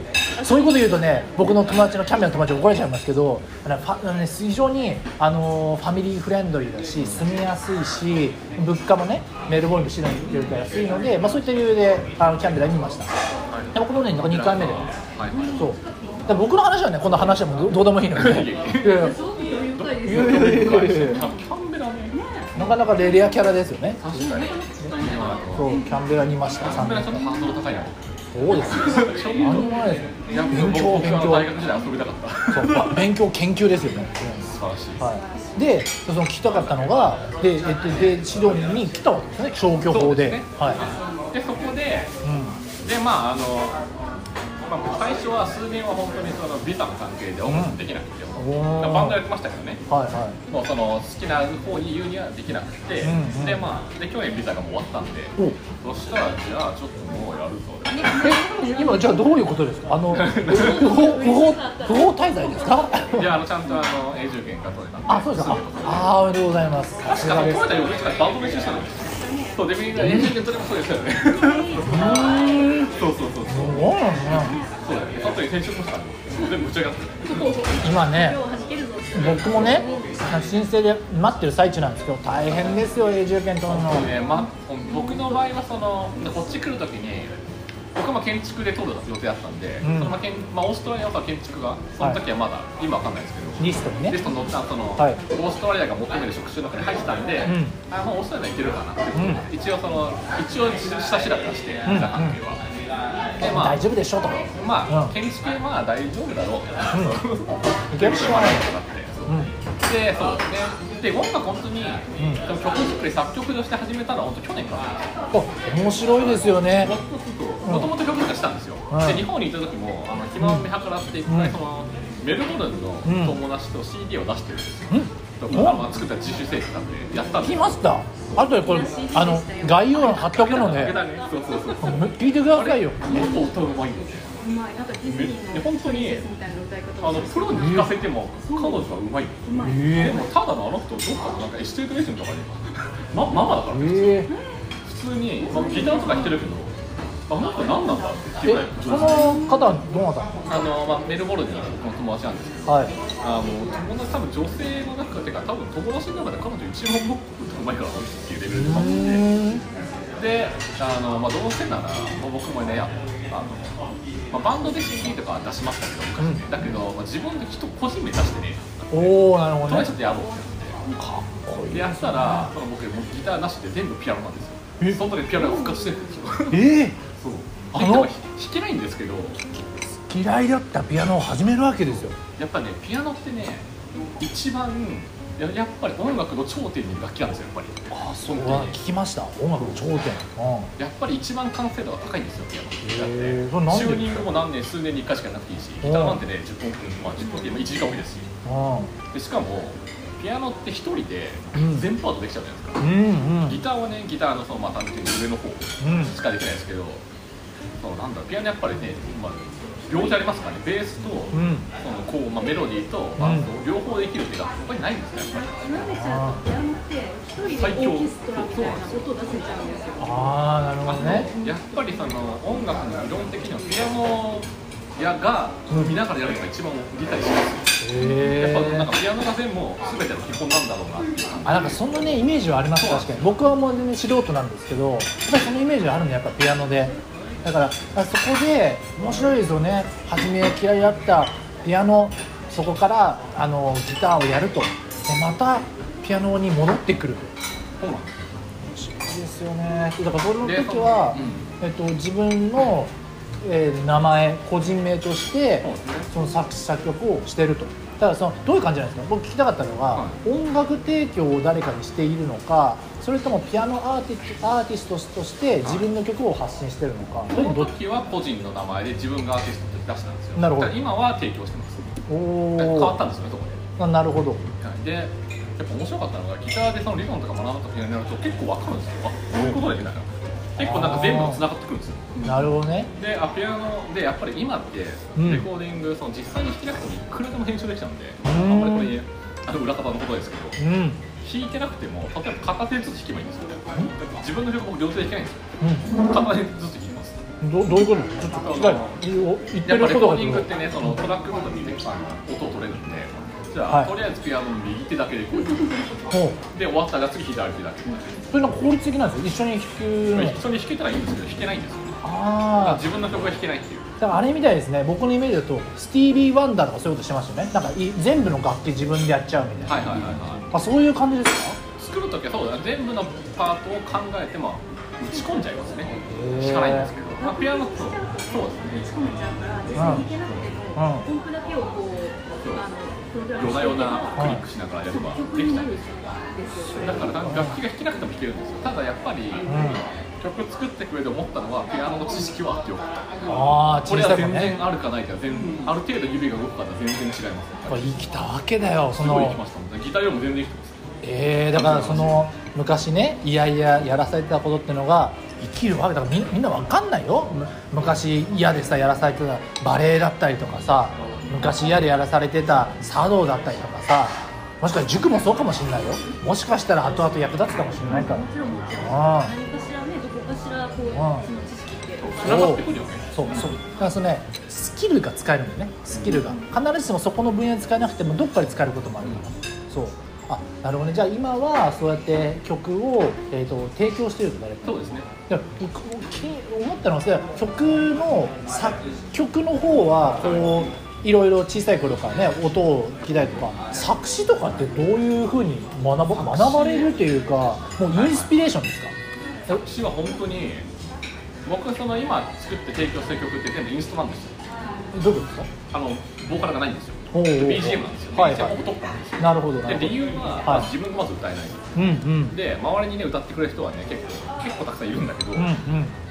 [SPEAKER 1] そういうこと言うとね僕の友達のキャンベルの友達怒られちゃいますけどあのファあのね非常にあのファミリーフレンドリーだし住みやすいし物価もねメルボルンとシドニーよりか安いので、まあ、そういった理由であのキャンベラに見ましたで僕もねなんか2回目で
[SPEAKER 2] はいはい
[SPEAKER 1] そうで僕の話はねこんな話はもうどどうでもいいので、
[SPEAKER 2] いやいや
[SPEAKER 1] いやいや
[SPEAKER 3] すごく余裕深いです
[SPEAKER 1] いや
[SPEAKER 3] よ。
[SPEAKER 1] いやいやいやいや
[SPEAKER 2] キャンベラね
[SPEAKER 1] なかなかレレアキャラですよね
[SPEAKER 2] 確かに
[SPEAKER 1] そうキャンベラにいました
[SPEAKER 2] キャン
[SPEAKER 1] 3
[SPEAKER 2] ベラ
[SPEAKER 1] 年
[SPEAKER 2] ちょっとハードル高いな
[SPEAKER 1] そうですよ何もないですよ
[SPEAKER 2] いや
[SPEAKER 1] 勉強
[SPEAKER 2] 僕
[SPEAKER 1] 勉
[SPEAKER 2] は
[SPEAKER 1] 強
[SPEAKER 2] 大学時代遊びたかった
[SPEAKER 1] そうまあ勉強研究ですよね
[SPEAKER 2] 素晴らしい
[SPEAKER 1] はい、でその聞きたかったのがでえっとでシドニーに来たわけですね消去法で
[SPEAKER 2] そうですね
[SPEAKER 1] はい、
[SPEAKER 2] でそこで
[SPEAKER 1] う
[SPEAKER 2] でまああの、まあ、最初は数年は本当にそのビザの関係で音楽できなくて、
[SPEAKER 1] んおー
[SPEAKER 2] バンドやってましたけどね
[SPEAKER 1] ん、はいは
[SPEAKER 2] もうその好きな方に言うにはできなくて、
[SPEAKER 1] うんうん
[SPEAKER 2] でまあで去年ビザがもう終わったんで
[SPEAKER 1] いお
[SPEAKER 2] そしたらじゃあちょっともうやるぞ
[SPEAKER 1] え今じゃあどういうことですかあ の不法不法不法滞在ですか
[SPEAKER 2] いやあのちゃんとあの永住権が取れたんで
[SPEAKER 1] あそうですかああおめでとうございますさす
[SPEAKER 2] 確か
[SPEAKER 1] が
[SPEAKER 2] 取
[SPEAKER 1] で
[SPEAKER 2] れ
[SPEAKER 1] す
[SPEAKER 2] たよ確かバンド練習したのそうデビューが永住権取れもそうでしたよねそうそうそうそう
[SPEAKER 1] すごいね
[SPEAKER 2] そうだよねあとに転職もしたの全部ぶち上がってた
[SPEAKER 1] 今ね
[SPEAKER 3] 今日はじけるぞ。
[SPEAKER 1] 僕もね申請で待ってる最中なんですけど大変ですよ永住権取るの
[SPEAKER 2] ねま、僕の場合はそのこっち来るときに僕はまあ建築で取る予定だったんで、
[SPEAKER 1] うん
[SPEAKER 2] そのまあ建まあ、オーストラリアは建築がその時はまだ、今わかんないですけど
[SPEAKER 1] リストに
[SPEAKER 2] リ
[SPEAKER 1] ね
[SPEAKER 2] ストに載ったその、
[SPEAKER 1] はい
[SPEAKER 2] オーストラリアが求める職種の中に入ってたんで、
[SPEAKER 1] ん
[SPEAKER 2] あまあ、オーストラリアいけるかなって、
[SPEAKER 1] ん
[SPEAKER 2] 一応その一応下調べはして、
[SPEAKER 1] ん
[SPEAKER 2] ザ関係は、でまあ
[SPEAKER 1] 大丈夫でしょと
[SPEAKER 2] まあ、
[SPEAKER 1] うん
[SPEAKER 2] 建築はまあ大丈夫だろうって
[SPEAKER 1] うん
[SPEAKER 2] い
[SPEAKER 1] いけるしかない
[SPEAKER 2] なってそう
[SPEAKER 1] うん
[SPEAKER 2] でそうですねで音楽本当に、
[SPEAKER 1] ん
[SPEAKER 2] でも曲作り作曲として始めたのは本当去年から
[SPEAKER 1] お面白いですよね
[SPEAKER 2] もともと曲とかしたんですよ、
[SPEAKER 1] うん
[SPEAKER 2] で日本にいた時もあの暇を見計らっていっぱいその、メルボルンの友達と CD を出してるんですよ、
[SPEAKER 1] うん
[SPEAKER 2] だからまあ作った自主制作なんでやったん
[SPEAKER 1] 聞
[SPEAKER 2] で
[SPEAKER 1] きましたあとでこれあの概要欄貼っとくので、
[SPEAKER 2] そうそうそうそう
[SPEAKER 1] 聞いてくださいよ
[SPEAKER 2] もっと歌うまいんですよ
[SPEAKER 3] うまいなんかディズニーの
[SPEAKER 2] 本当に
[SPEAKER 3] みたいな歌い方
[SPEAKER 2] あのプロに聞かせても彼女はうまいんですよ
[SPEAKER 3] うまい
[SPEAKER 2] で
[SPEAKER 1] え
[SPEAKER 2] もただのあの人どっかのなんかエステートレーションとかで、ま、ママだから
[SPEAKER 1] ー、
[SPEAKER 2] ね
[SPEAKER 1] え
[SPEAKER 2] 普通に、まあ、ギターとか弾けるけどあの人何なんだっ
[SPEAKER 1] ー、
[SPEAKER 2] て聞いた
[SPEAKER 1] えその方はどなた
[SPEAKER 2] あの、まあ、メルボルンに僕の友達なんですけど
[SPEAKER 1] はい
[SPEAKER 2] あの友達多分女性の中っていうか多分友達の中で彼女一番僕歌うまいからあの人っていうレベルで感じてであの、まあ、どうせなら、まあ僕もねあの、まあ、バンドで CD とかは出しましたけど昔ね、だけど、まあ、自分で人個人で出してね
[SPEAKER 1] おおなるほど
[SPEAKER 2] そ
[SPEAKER 1] ね
[SPEAKER 2] れちょっとやろうってなって。
[SPEAKER 1] かっこい
[SPEAKER 2] で
[SPEAKER 1] い
[SPEAKER 2] やったら、その僕もうギターなしで全部ピアノなんですよ
[SPEAKER 1] え
[SPEAKER 2] その時ピアノが復活してるんですよそう
[SPEAKER 1] えあ
[SPEAKER 2] で
[SPEAKER 1] の
[SPEAKER 2] も弾けないんですけど
[SPEAKER 1] ー、嫌いだったピアノを始めるわけですよ
[SPEAKER 2] やっぱねピアノってね一番ややっぱり音楽の頂点にいる楽器なんですよやっぱり
[SPEAKER 1] あそれは聞きました音楽の頂点うん
[SPEAKER 2] やっぱり一番完成度が高いんですよピアノ
[SPEAKER 1] へーそれ
[SPEAKER 2] だ
[SPEAKER 1] な
[SPEAKER 2] っ
[SPEAKER 1] ん
[SPEAKER 2] て
[SPEAKER 1] で
[SPEAKER 2] チューニングも何年数年に1回しかなくていいしギターなんてね10分まあ10分って1時間多いですし
[SPEAKER 1] う
[SPEAKER 2] でしかもピアノって1人で
[SPEAKER 1] うん
[SPEAKER 2] 全パートできちゃうじゃないですか、
[SPEAKER 1] んうんうん
[SPEAKER 2] ギターはねギターのそのまあ単純に上の方
[SPEAKER 1] うん
[SPEAKER 2] しかできないですけど、そのなんだろうピアノやっぱりね、まあ、両手ありますからねベースと、
[SPEAKER 1] うん
[SPEAKER 2] そのこうまあ、メロディーと伴奏、両方できるっていうのはやっぱりないんですねやっぱり。
[SPEAKER 3] なんでしょうやっぱピアノって一人でオーケストラみたいな音出せちゃうんですよ
[SPEAKER 1] ああなるほ
[SPEAKER 2] あ
[SPEAKER 1] ど
[SPEAKER 2] の
[SPEAKER 1] ね
[SPEAKER 2] やっぱりその音楽の理論的にはピアノやが
[SPEAKER 1] うん
[SPEAKER 2] 見ながらやるのが一番理解しやすい、
[SPEAKER 1] へ
[SPEAKER 2] やっぱなん
[SPEAKER 1] え
[SPEAKER 2] かピアノが全部全ての基本なんだろうなっていう感
[SPEAKER 1] あなんかそんなねイメージはあります確かに僕はもう全然素人なんですけどやっぱりそのイメージはあるのやっぱピアノでだからあそこで面白いですよね初め嫌いだったピアノそこからあのギターをやるとでまたピアノに戻ってくると
[SPEAKER 2] そうな
[SPEAKER 1] い
[SPEAKER 2] ん
[SPEAKER 1] いですよねだからその
[SPEAKER 2] でそ
[SPEAKER 1] 時
[SPEAKER 2] の
[SPEAKER 1] は、
[SPEAKER 2] う
[SPEAKER 1] えっと、自分の、えー名前個人名として
[SPEAKER 2] そうですね
[SPEAKER 1] その作詞作曲をしてるとただそのどういう感じなんですか僕聞きたかったのは
[SPEAKER 2] は、
[SPEAKER 1] 音楽提供を誰かにしているのかそれともピアノアーティアーティストとして自分の曲を発信してるのか、そ
[SPEAKER 2] そ
[SPEAKER 1] れと
[SPEAKER 2] の
[SPEAKER 1] もどっち
[SPEAKER 2] 時は個人の名前で自分がアーティストって出したんですよ
[SPEAKER 1] なるほど
[SPEAKER 2] だから今は提供してます
[SPEAKER 1] お
[SPEAKER 2] 変わっ
[SPEAKER 1] お
[SPEAKER 2] たんですよねそこで
[SPEAKER 1] ーあなるほど
[SPEAKER 2] はいでやっぱ面白かったのがギターでその理論とか学んだ時になると結構わかるんですよあこういうことでみたいな結構なんか全部つながってくるんですよ
[SPEAKER 1] なるほどね
[SPEAKER 2] でアピアノでやっぱり今ってレ
[SPEAKER 1] うん
[SPEAKER 2] コーディング、その実際に弾けなくてもいくらでも編集できちゃうんで、
[SPEAKER 1] ん
[SPEAKER 2] あんまりこれあの裏方のことですけど
[SPEAKER 1] うんうん
[SPEAKER 2] 弾いてなくても例えば片手ずつ弾けばいいんですよ自分の曲僕両手で弾けないんですよ片手ずつ弾きます
[SPEAKER 1] どどういうことちょっと聞きたいお言って
[SPEAKER 2] やっぱ
[SPEAKER 1] るこ
[SPEAKER 2] レコ
[SPEAKER 1] と
[SPEAKER 2] ー
[SPEAKER 1] が
[SPEAKER 2] ディングってねそのトラックごとにねあの音を取れるんでじゃあ、
[SPEAKER 1] はい
[SPEAKER 2] とりあえずピアノの右手だけでこう
[SPEAKER 1] ほう
[SPEAKER 2] で終わったら次左手だけ
[SPEAKER 1] それなんか効率的なんですよ一緒に弾くの
[SPEAKER 2] 一緒に弾けたらいいんですけど弾けないんですよだから
[SPEAKER 1] ああ
[SPEAKER 2] 自分の曲が弾けないっていう
[SPEAKER 1] だからあれみたいですね僕のイメージだとスティービー・ワンダーとかそういうことしてましたよねなんかい全部の楽器自分でやっちゃうみたいな、
[SPEAKER 2] はいはいはいはい
[SPEAKER 1] あそういう感じですか
[SPEAKER 2] 作るときはそうだね全部のパートを考えても打ち込んじゃいますね
[SPEAKER 1] へー
[SPEAKER 2] 弾かないんですけど、まあ、ピアノとそうで
[SPEAKER 3] 打
[SPEAKER 2] す
[SPEAKER 3] ち
[SPEAKER 2] ね
[SPEAKER 3] 込めちゃうから実際に弾けなくても音符だけをこうあのプログラム
[SPEAKER 2] 夜な
[SPEAKER 3] してれ
[SPEAKER 2] 夜な
[SPEAKER 1] う
[SPEAKER 2] ク
[SPEAKER 1] ん
[SPEAKER 2] リックしながらやれば
[SPEAKER 3] 曲
[SPEAKER 2] でき
[SPEAKER 3] に
[SPEAKER 2] ちゃ
[SPEAKER 3] な
[SPEAKER 2] うんで
[SPEAKER 3] るんです
[SPEAKER 2] よ
[SPEAKER 3] すよ
[SPEAKER 2] だから楽器が弾けなくても弾けるんですよただやっぱり、曲作ってくれて思ったのはピアノの知識はあってよかった
[SPEAKER 1] ああ
[SPEAKER 2] こ
[SPEAKER 1] 小
[SPEAKER 2] れ
[SPEAKER 1] さ
[SPEAKER 2] はい
[SPEAKER 1] も
[SPEAKER 2] 全
[SPEAKER 1] んね
[SPEAKER 2] 然あるかないか全ある程度指が動くかは全然違いますね
[SPEAKER 1] これ生きたわけだよそ
[SPEAKER 2] すごい行
[SPEAKER 1] の
[SPEAKER 2] きましたもんギターよりも全然生きてます
[SPEAKER 1] えー、だからその昔ねいやいややらされてたことってのが生きるわけだからみみんなわかんないよむ昔嫌でさやらされてたバレエだったりとかさ昔嫌でやらされてた茶道だったりとかさもしかしたら塾もそうかもしれないよもしかしたら後々役立つかもしれないから
[SPEAKER 3] もちろんもちろん
[SPEAKER 1] あー
[SPEAKER 3] 何かしらねどこかしらこう
[SPEAKER 1] うん
[SPEAKER 3] その知識って
[SPEAKER 2] つながってくるよね
[SPEAKER 1] そうそうだからそのねスキルが使えるんだよねスキルが必ずしもそこの分野で使えなくてもどっかで使えることもあるからそうあなるほどねじゃあ今はそうやって曲を、えー、と提供してると誰か
[SPEAKER 2] そうですね
[SPEAKER 1] いや僕もき思ったのはそれは曲の作曲の方はこういろいろ小さい頃からね音を聞きたいとか作詞とかってどういうふうに学ば学ばれるというかもうインスピレーションですか
[SPEAKER 2] 作詞は本当に僕その今作って提供する曲って全部インストなんですよ
[SPEAKER 1] えどういうことです
[SPEAKER 2] あのボーカルがないんですよ
[SPEAKER 1] ほうほうほう
[SPEAKER 2] BGM なんですよ、
[SPEAKER 1] はい
[SPEAKER 2] BGM を取ったんですよ
[SPEAKER 1] かなるほどな
[SPEAKER 2] で
[SPEAKER 1] るほど
[SPEAKER 2] 理由は、
[SPEAKER 1] い
[SPEAKER 2] まあ自分がまず歌えない
[SPEAKER 1] うんうん
[SPEAKER 2] で周りにね歌ってくれる人はね結構結構たくさんいるんだけど、
[SPEAKER 1] うんうん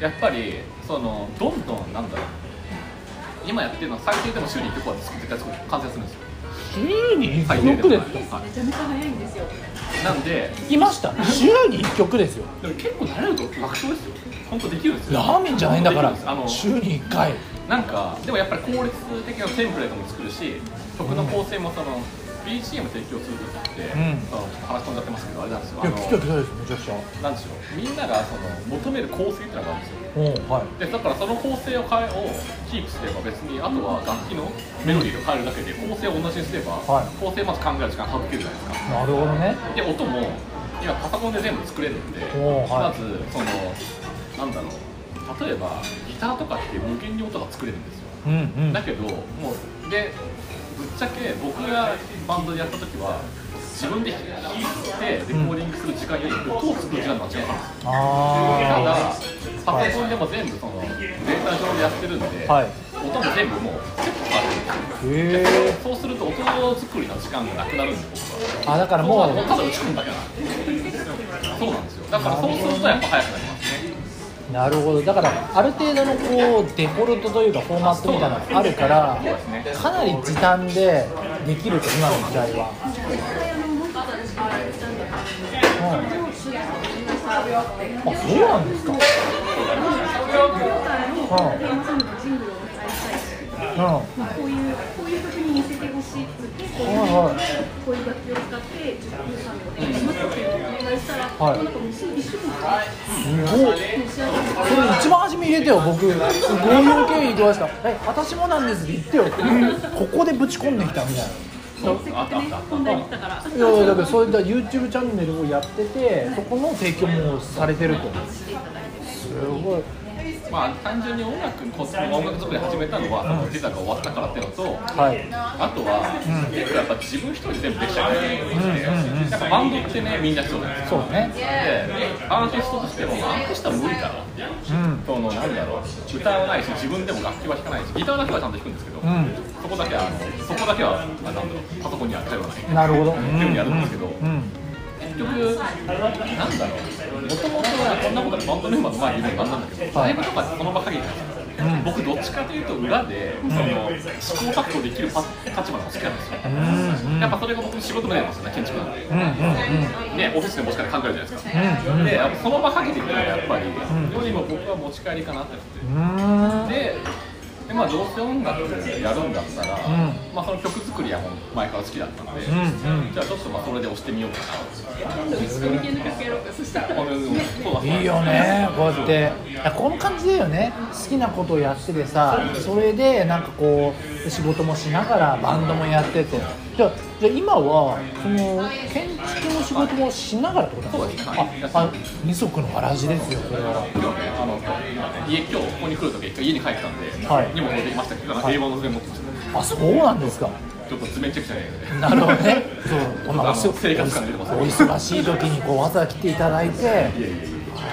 [SPEAKER 2] やっぱりそのどんどんなんだろう今やってるのは最低でも週に1曲は作って絶対作る完成するんですよ
[SPEAKER 1] 週に
[SPEAKER 2] 最
[SPEAKER 1] 1
[SPEAKER 2] 低
[SPEAKER 1] 曲で
[SPEAKER 2] でも
[SPEAKER 1] すか
[SPEAKER 2] はい
[SPEAKER 3] めちゃめちゃ早いんですよ。
[SPEAKER 2] なんで
[SPEAKER 1] 聞きました週に1曲ですよ
[SPEAKER 2] でも結構慣れると楽勝ですよ本当できるんですよ
[SPEAKER 1] ラーメンじゃないんだから
[SPEAKER 2] できるんです
[SPEAKER 1] 週に1回
[SPEAKER 2] あのなんかでもやっぱり効率的なテンプレートも作るし曲の構成もその BGM 提供する時って、
[SPEAKER 1] ん
[SPEAKER 2] そのちょっと話飛んじゃってますけどあれなんですよ
[SPEAKER 1] い
[SPEAKER 2] あ
[SPEAKER 1] や
[SPEAKER 2] の
[SPEAKER 1] 聞きたくないですめちゃくちゃ
[SPEAKER 2] なんでしょうみんながその求める構成っていうのがあるんですよ
[SPEAKER 1] うんはい
[SPEAKER 2] でだからその構成を変えをキープすれば別にあとは楽器のメロディーを変えるだけで構成を同じにすれば、
[SPEAKER 1] はい
[SPEAKER 2] 構成まず考える時間省けるじゃないですか
[SPEAKER 1] なるほどね
[SPEAKER 2] で音も今パソコンで全部作れるんで、
[SPEAKER 1] おーはい
[SPEAKER 2] まずそのなんだろう例えばギターとかって無限に音が作れるんですよ
[SPEAKER 1] うんうん
[SPEAKER 2] だけどもうでぶっちゃけ僕がバンドでやった時は自分で弾いてレコーディングする時間より音を作る時間の間違いなんですよただ
[SPEAKER 1] あ
[SPEAKER 2] パソコンでも全部そのデータ上でやってるんで、
[SPEAKER 1] あはい
[SPEAKER 2] 音も全部もうセットさ
[SPEAKER 1] へ
[SPEAKER 2] れてる
[SPEAKER 1] え
[SPEAKER 2] そうすると音作りの時間がなくなるんで僕
[SPEAKER 1] あだから
[SPEAKER 2] は
[SPEAKER 1] も
[SPEAKER 2] ただ打ち込むだけなんでそうなんですよだからそうするとやっぱ早くなりますね
[SPEAKER 1] うなるほどだからある程度のこうデフォルトというかフォーマットみたいなのがあるから
[SPEAKER 2] そうですね
[SPEAKER 1] かなり時短でできると今の時代は、
[SPEAKER 3] 実際あのもっと私がやったんだけど、もう主役になさるよって。
[SPEAKER 1] うん、あそうなんですか
[SPEAKER 3] 今回のテーマソングのジングルを歌いたいし。
[SPEAKER 1] う
[SPEAKER 3] まあ、こういうこういう曲に似せてほしいっつってこういう
[SPEAKER 1] はいは
[SPEAKER 3] こういう楽器を使って10分間でお願いしますってお願いしたら、
[SPEAKER 1] はい
[SPEAKER 3] もうなんかもう一瞬一瞬で
[SPEAKER 1] んすごい
[SPEAKER 3] もう仕上がって
[SPEAKER 1] それ一番初めに入れてよ僕すごい要件いきましたえ私もなんですって言ってよ、ここでぶち込んできたみたいな
[SPEAKER 3] せっかくね本題に来たから
[SPEAKER 1] いやいやだけどそういった YouTube チャンネルをやっててそこの提供もされてるとすごい
[SPEAKER 2] まあ単純に音楽こっちの音楽作り始めたのはその時差が終わったからっていうのと、
[SPEAKER 1] はい
[SPEAKER 2] あとは、結構やっぱ自分一人で全部できちゃうなんかバンドってねみんなそうなんです
[SPEAKER 1] そ
[SPEAKER 2] よ
[SPEAKER 1] うね
[SPEAKER 2] でアーティストとしても、まあ、アーティストは無理だろう
[SPEAKER 1] うん
[SPEAKER 2] そのなんだろう歌わないし自分でも楽器は弾かないしギターだけはちゃんと弾くんですけど、
[SPEAKER 1] う
[SPEAKER 2] そこだけはあのそこだけはあなんだろうパソコンには頼らない
[SPEAKER 1] んなるほどう
[SPEAKER 2] っていうふうにやるんですけど、
[SPEAKER 1] ん
[SPEAKER 2] 結局なんだろうもともとはこんなことでバンドメンバーの前にいるのなんなんだけどライブとかでその場限りなんですよ僕どっちかというと裏でその試行錯誤できるパ立場の方が好きなんですよ、
[SPEAKER 1] うん
[SPEAKER 2] やっぱそれが僕の仕事もなんですよね建築なんで、
[SPEAKER 1] うんうんうん
[SPEAKER 2] ね、オフィスで持ち帰り考えるじゃないですか、
[SPEAKER 1] うんうん
[SPEAKER 2] でやっぱその場限りっていうのはやっぱり、よりも僕は持ち帰りかなって思っ
[SPEAKER 1] うん
[SPEAKER 2] てでで、まあ、どうせ音楽やるんだったら、まあ、その曲作りはもう前から好きだったんで、
[SPEAKER 1] んうん
[SPEAKER 2] じゃあちょっとまあそれで押してみようかな
[SPEAKER 3] 今度打ち込み系の楽器やろうかそしたら
[SPEAKER 2] これ
[SPEAKER 3] ね
[SPEAKER 2] そうだそうだ
[SPEAKER 1] いいよねこうやっていやこの感じだよね好きなことをやっててさそれでなんかこう仕事もしながらバンドもやっててじゃあじゃあ今はその建築の仕事もしながらってことなんですか
[SPEAKER 2] そうですね
[SPEAKER 1] ああ二足のわらじですよそれは
[SPEAKER 2] 今日ねあの今日家今日ここに来るとき一回家に帰ったんで、
[SPEAKER 1] はい
[SPEAKER 2] 荷物持ってきましたけど、
[SPEAKER 1] はい
[SPEAKER 2] 平和の図面持ってきまし
[SPEAKER 1] あそうなんですか
[SPEAKER 2] たちょっと図面チェックじゃないけど
[SPEAKER 1] なるほどねそうこんなお
[SPEAKER 2] あの生活感出てます
[SPEAKER 1] お忙しい時にこうわざわざ来ていただいてあ
[SPEAKER 2] いやいやい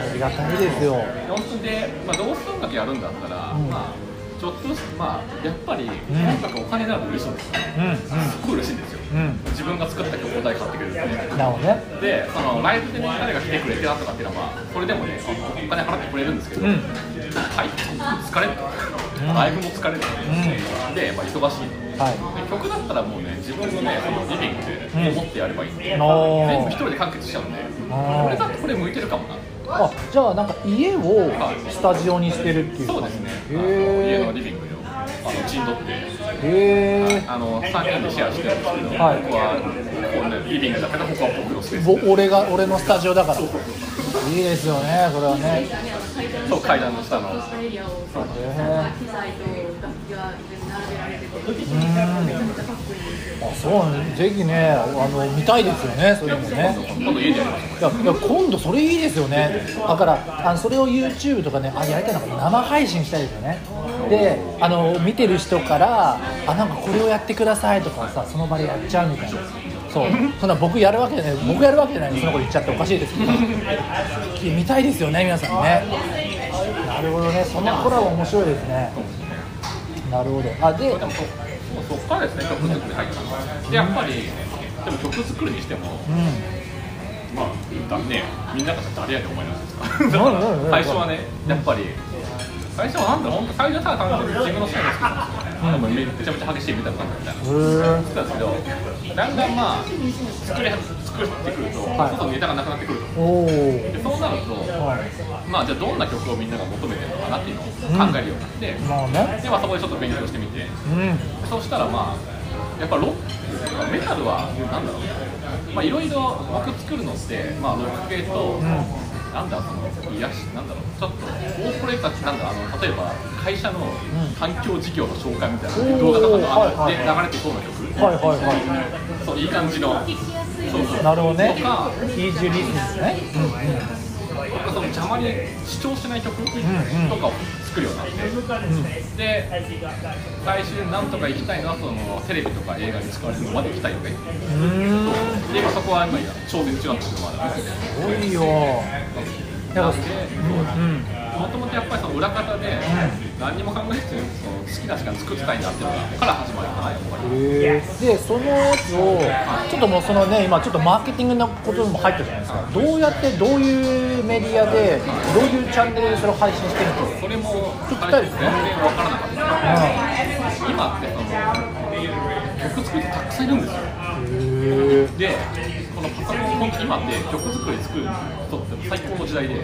[SPEAKER 2] や
[SPEAKER 1] りがたいですよ
[SPEAKER 2] 本当で、まあ、どうせ音楽やるんだったら、
[SPEAKER 1] うん
[SPEAKER 2] まあちょっとしまあやっぱり音楽お金になると嬉しいんですよ、
[SPEAKER 1] うん
[SPEAKER 2] すっごい嬉しいんですよ
[SPEAKER 1] うんうん
[SPEAKER 2] 自分が作った曲を代買ってくれるんで、
[SPEAKER 1] なるほどね
[SPEAKER 2] で、そのライブでね、誰が来てくれてたとかっていうのは、それでもね、そのお金払ってくれるんですけど、
[SPEAKER 1] うん
[SPEAKER 2] はい、疲れる、ライブも疲れる、で、まあ、忙しいので
[SPEAKER 1] はい
[SPEAKER 2] 曲だったらもうね、自分のね、そのリビングで思ってやればいいんで、
[SPEAKER 1] おー
[SPEAKER 2] 全部一人で完結しちゃうんで、
[SPEAKER 1] ー
[SPEAKER 2] これだってこれ向いてるかもな、
[SPEAKER 1] あじゃあなんか家をスタジオにしてるっていう
[SPEAKER 2] そう
[SPEAKER 1] 感
[SPEAKER 2] で
[SPEAKER 1] じ
[SPEAKER 2] すね、あの家の
[SPEAKER 1] へ
[SPEAKER 2] リビングをあの陣取って、
[SPEAKER 1] えへえ
[SPEAKER 2] あの3人でシェアしてるんですけど、
[SPEAKER 1] はい
[SPEAKER 2] 僕はこうね、リビングだからここは僕のスペース
[SPEAKER 1] ぼ
[SPEAKER 2] で
[SPEAKER 1] 俺が俺のスタジオだから
[SPEAKER 2] そう
[SPEAKER 1] いいですよねこれはね
[SPEAKER 2] そう階段の下の
[SPEAKER 3] エリアを機
[SPEAKER 1] へ
[SPEAKER 3] 材と楽器が並べられてて
[SPEAKER 1] えうんあそうねぜひねあの見たいですよねそれもね
[SPEAKER 2] 今度家でやりましょ
[SPEAKER 1] いやいや今度それいいですよねだからあのそれを YouTube とかねあやりたいのが生配信したいですよねであの見てる人からあなんかこれをやってくださいとかさその場でやっちゃうみたいなそうそんな僕やるわけじゃない僕やるわけじゃないのにそんなこと言っちゃっておかしいですけど見たいですよね皆さんねなるほどねそのコラボ面白いですねなるほどあで
[SPEAKER 2] うでもそもうそこからですね曲作り入ったのでやっぱりでも曲作るにしても
[SPEAKER 1] うん
[SPEAKER 2] まあだねみんなが誰やで思いますか
[SPEAKER 1] うんうんうん
[SPEAKER 2] 最初はねやっぱり最初はなんだろう本当最初はただ単純に自分の趣味の好きなんですよ、ね、めちゃめちゃ激しいメタルだったみたい
[SPEAKER 1] へ
[SPEAKER 2] な
[SPEAKER 1] ー
[SPEAKER 2] そうですけど、だんだんまあ、作れ作ってくると、
[SPEAKER 1] はい
[SPEAKER 2] ちょっとネタがなくなってくると。
[SPEAKER 1] おー
[SPEAKER 2] でそうなると、
[SPEAKER 1] はい
[SPEAKER 2] まあ、じゃあどんな曲をみんなが求めてるのかなっていうのを考えるようになって、
[SPEAKER 1] まあね
[SPEAKER 2] でまあ、そこでちょっと勉強してみて、
[SPEAKER 1] うん
[SPEAKER 2] そうしたらまあ、やっぱロック、メタルは、なんだろうね、まあ、いろいろ僕作るのって、まあ、ロック系と、なんだ、その癒やし、なんだろう、ちょっと、大プロジェクトなんだ、あの例えば会社の環境事業の紹介みたいな、動画とかのあの
[SPEAKER 1] はい
[SPEAKER 2] で
[SPEAKER 1] はい
[SPEAKER 2] 流れてそうな曲。
[SPEAKER 1] はいはいはい
[SPEAKER 2] そういい感じの、そう
[SPEAKER 3] 聞きやすい
[SPEAKER 2] そう
[SPEAKER 1] なるほどね
[SPEAKER 2] とか、
[SPEAKER 1] イージーリスンですね、
[SPEAKER 2] なんかその邪魔に主張しない曲と
[SPEAKER 1] ん
[SPEAKER 2] かを作るようになって、で、来週なんとか行きたいなそのテレビとか映画に使われるのまで行きたいよね。
[SPEAKER 1] うんうん
[SPEAKER 2] で、今そこは今挑戦中なんですけどまだ。
[SPEAKER 1] すごいよや
[SPEAKER 2] な
[SPEAKER 1] っぱ
[SPEAKER 2] んで、
[SPEAKER 1] うん
[SPEAKER 2] もともとやっぱりその裏方で何にも考えずにその好きな時間作ってたいなっていうのがから始まるかなやっぱり。
[SPEAKER 1] へーでそのやつをちょっともうそのね今ちょっとマーケティングのことも入ったじゃないですかどうやってどういうメディアでどういうチャンネルでそれを配信してるの
[SPEAKER 2] それも
[SPEAKER 1] ちょっと聞きたい
[SPEAKER 2] 最
[SPEAKER 1] です
[SPEAKER 2] 初
[SPEAKER 1] ね
[SPEAKER 2] 全然わからなかった。
[SPEAKER 1] か
[SPEAKER 2] 今ってその曲作りたくさんいるんですよ
[SPEAKER 1] へえ
[SPEAKER 2] でこのパソコン本当に今って曲作り作る人って最高の時代で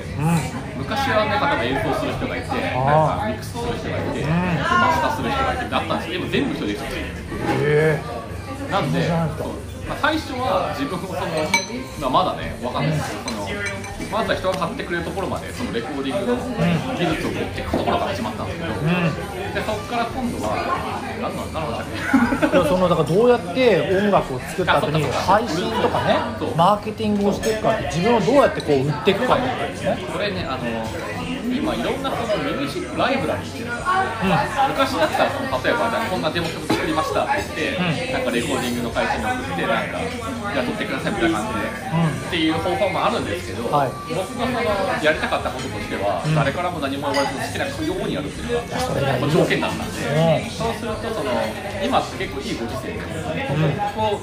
[SPEAKER 2] 昔はね例えば演奏する人がいて
[SPEAKER 1] あー
[SPEAKER 2] ミックスする人がいてでマスターする人がいてだったんですけど今全部一人できてる
[SPEAKER 1] うんへ
[SPEAKER 2] なんで
[SPEAKER 1] 知らなかった
[SPEAKER 2] そうまあ最初は自分もその、まあ、まだねわかんないですけどそのまずは人が買ってくれるところまでそのレコーディングの技術を持っていくところが始まったんですけど、でそこから今度は何の何の話だっ
[SPEAKER 1] え
[SPEAKER 2] け
[SPEAKER 1] そのだからどうやって音楽を作った後に配信とかねマーケティングをしていくかって自分をどうやってこう売っていくかってことですね
[SPEAKER 2] これね、あの今、いろんなそのミュージックライブラリーっていうのがあるんですよ、昔だったらその、例えばじゃあこんなデモ曲作りましたって言って、なんかレコーディングの会社に送って、なんか、じゃあ撮ってくださいみたいな感じで、っていう方法もあるんですけど、
[SPEAKER 1] はい
[SPEAKER 2] 僕がそのやりたかったこととしては、誰からも何も言われず、好きな曲をにやるっていうのが、これ条件だったんで。
[SPEAKER 1] うん
[SPEAKER 2] そうするとその今って結構いいご時世で、ここ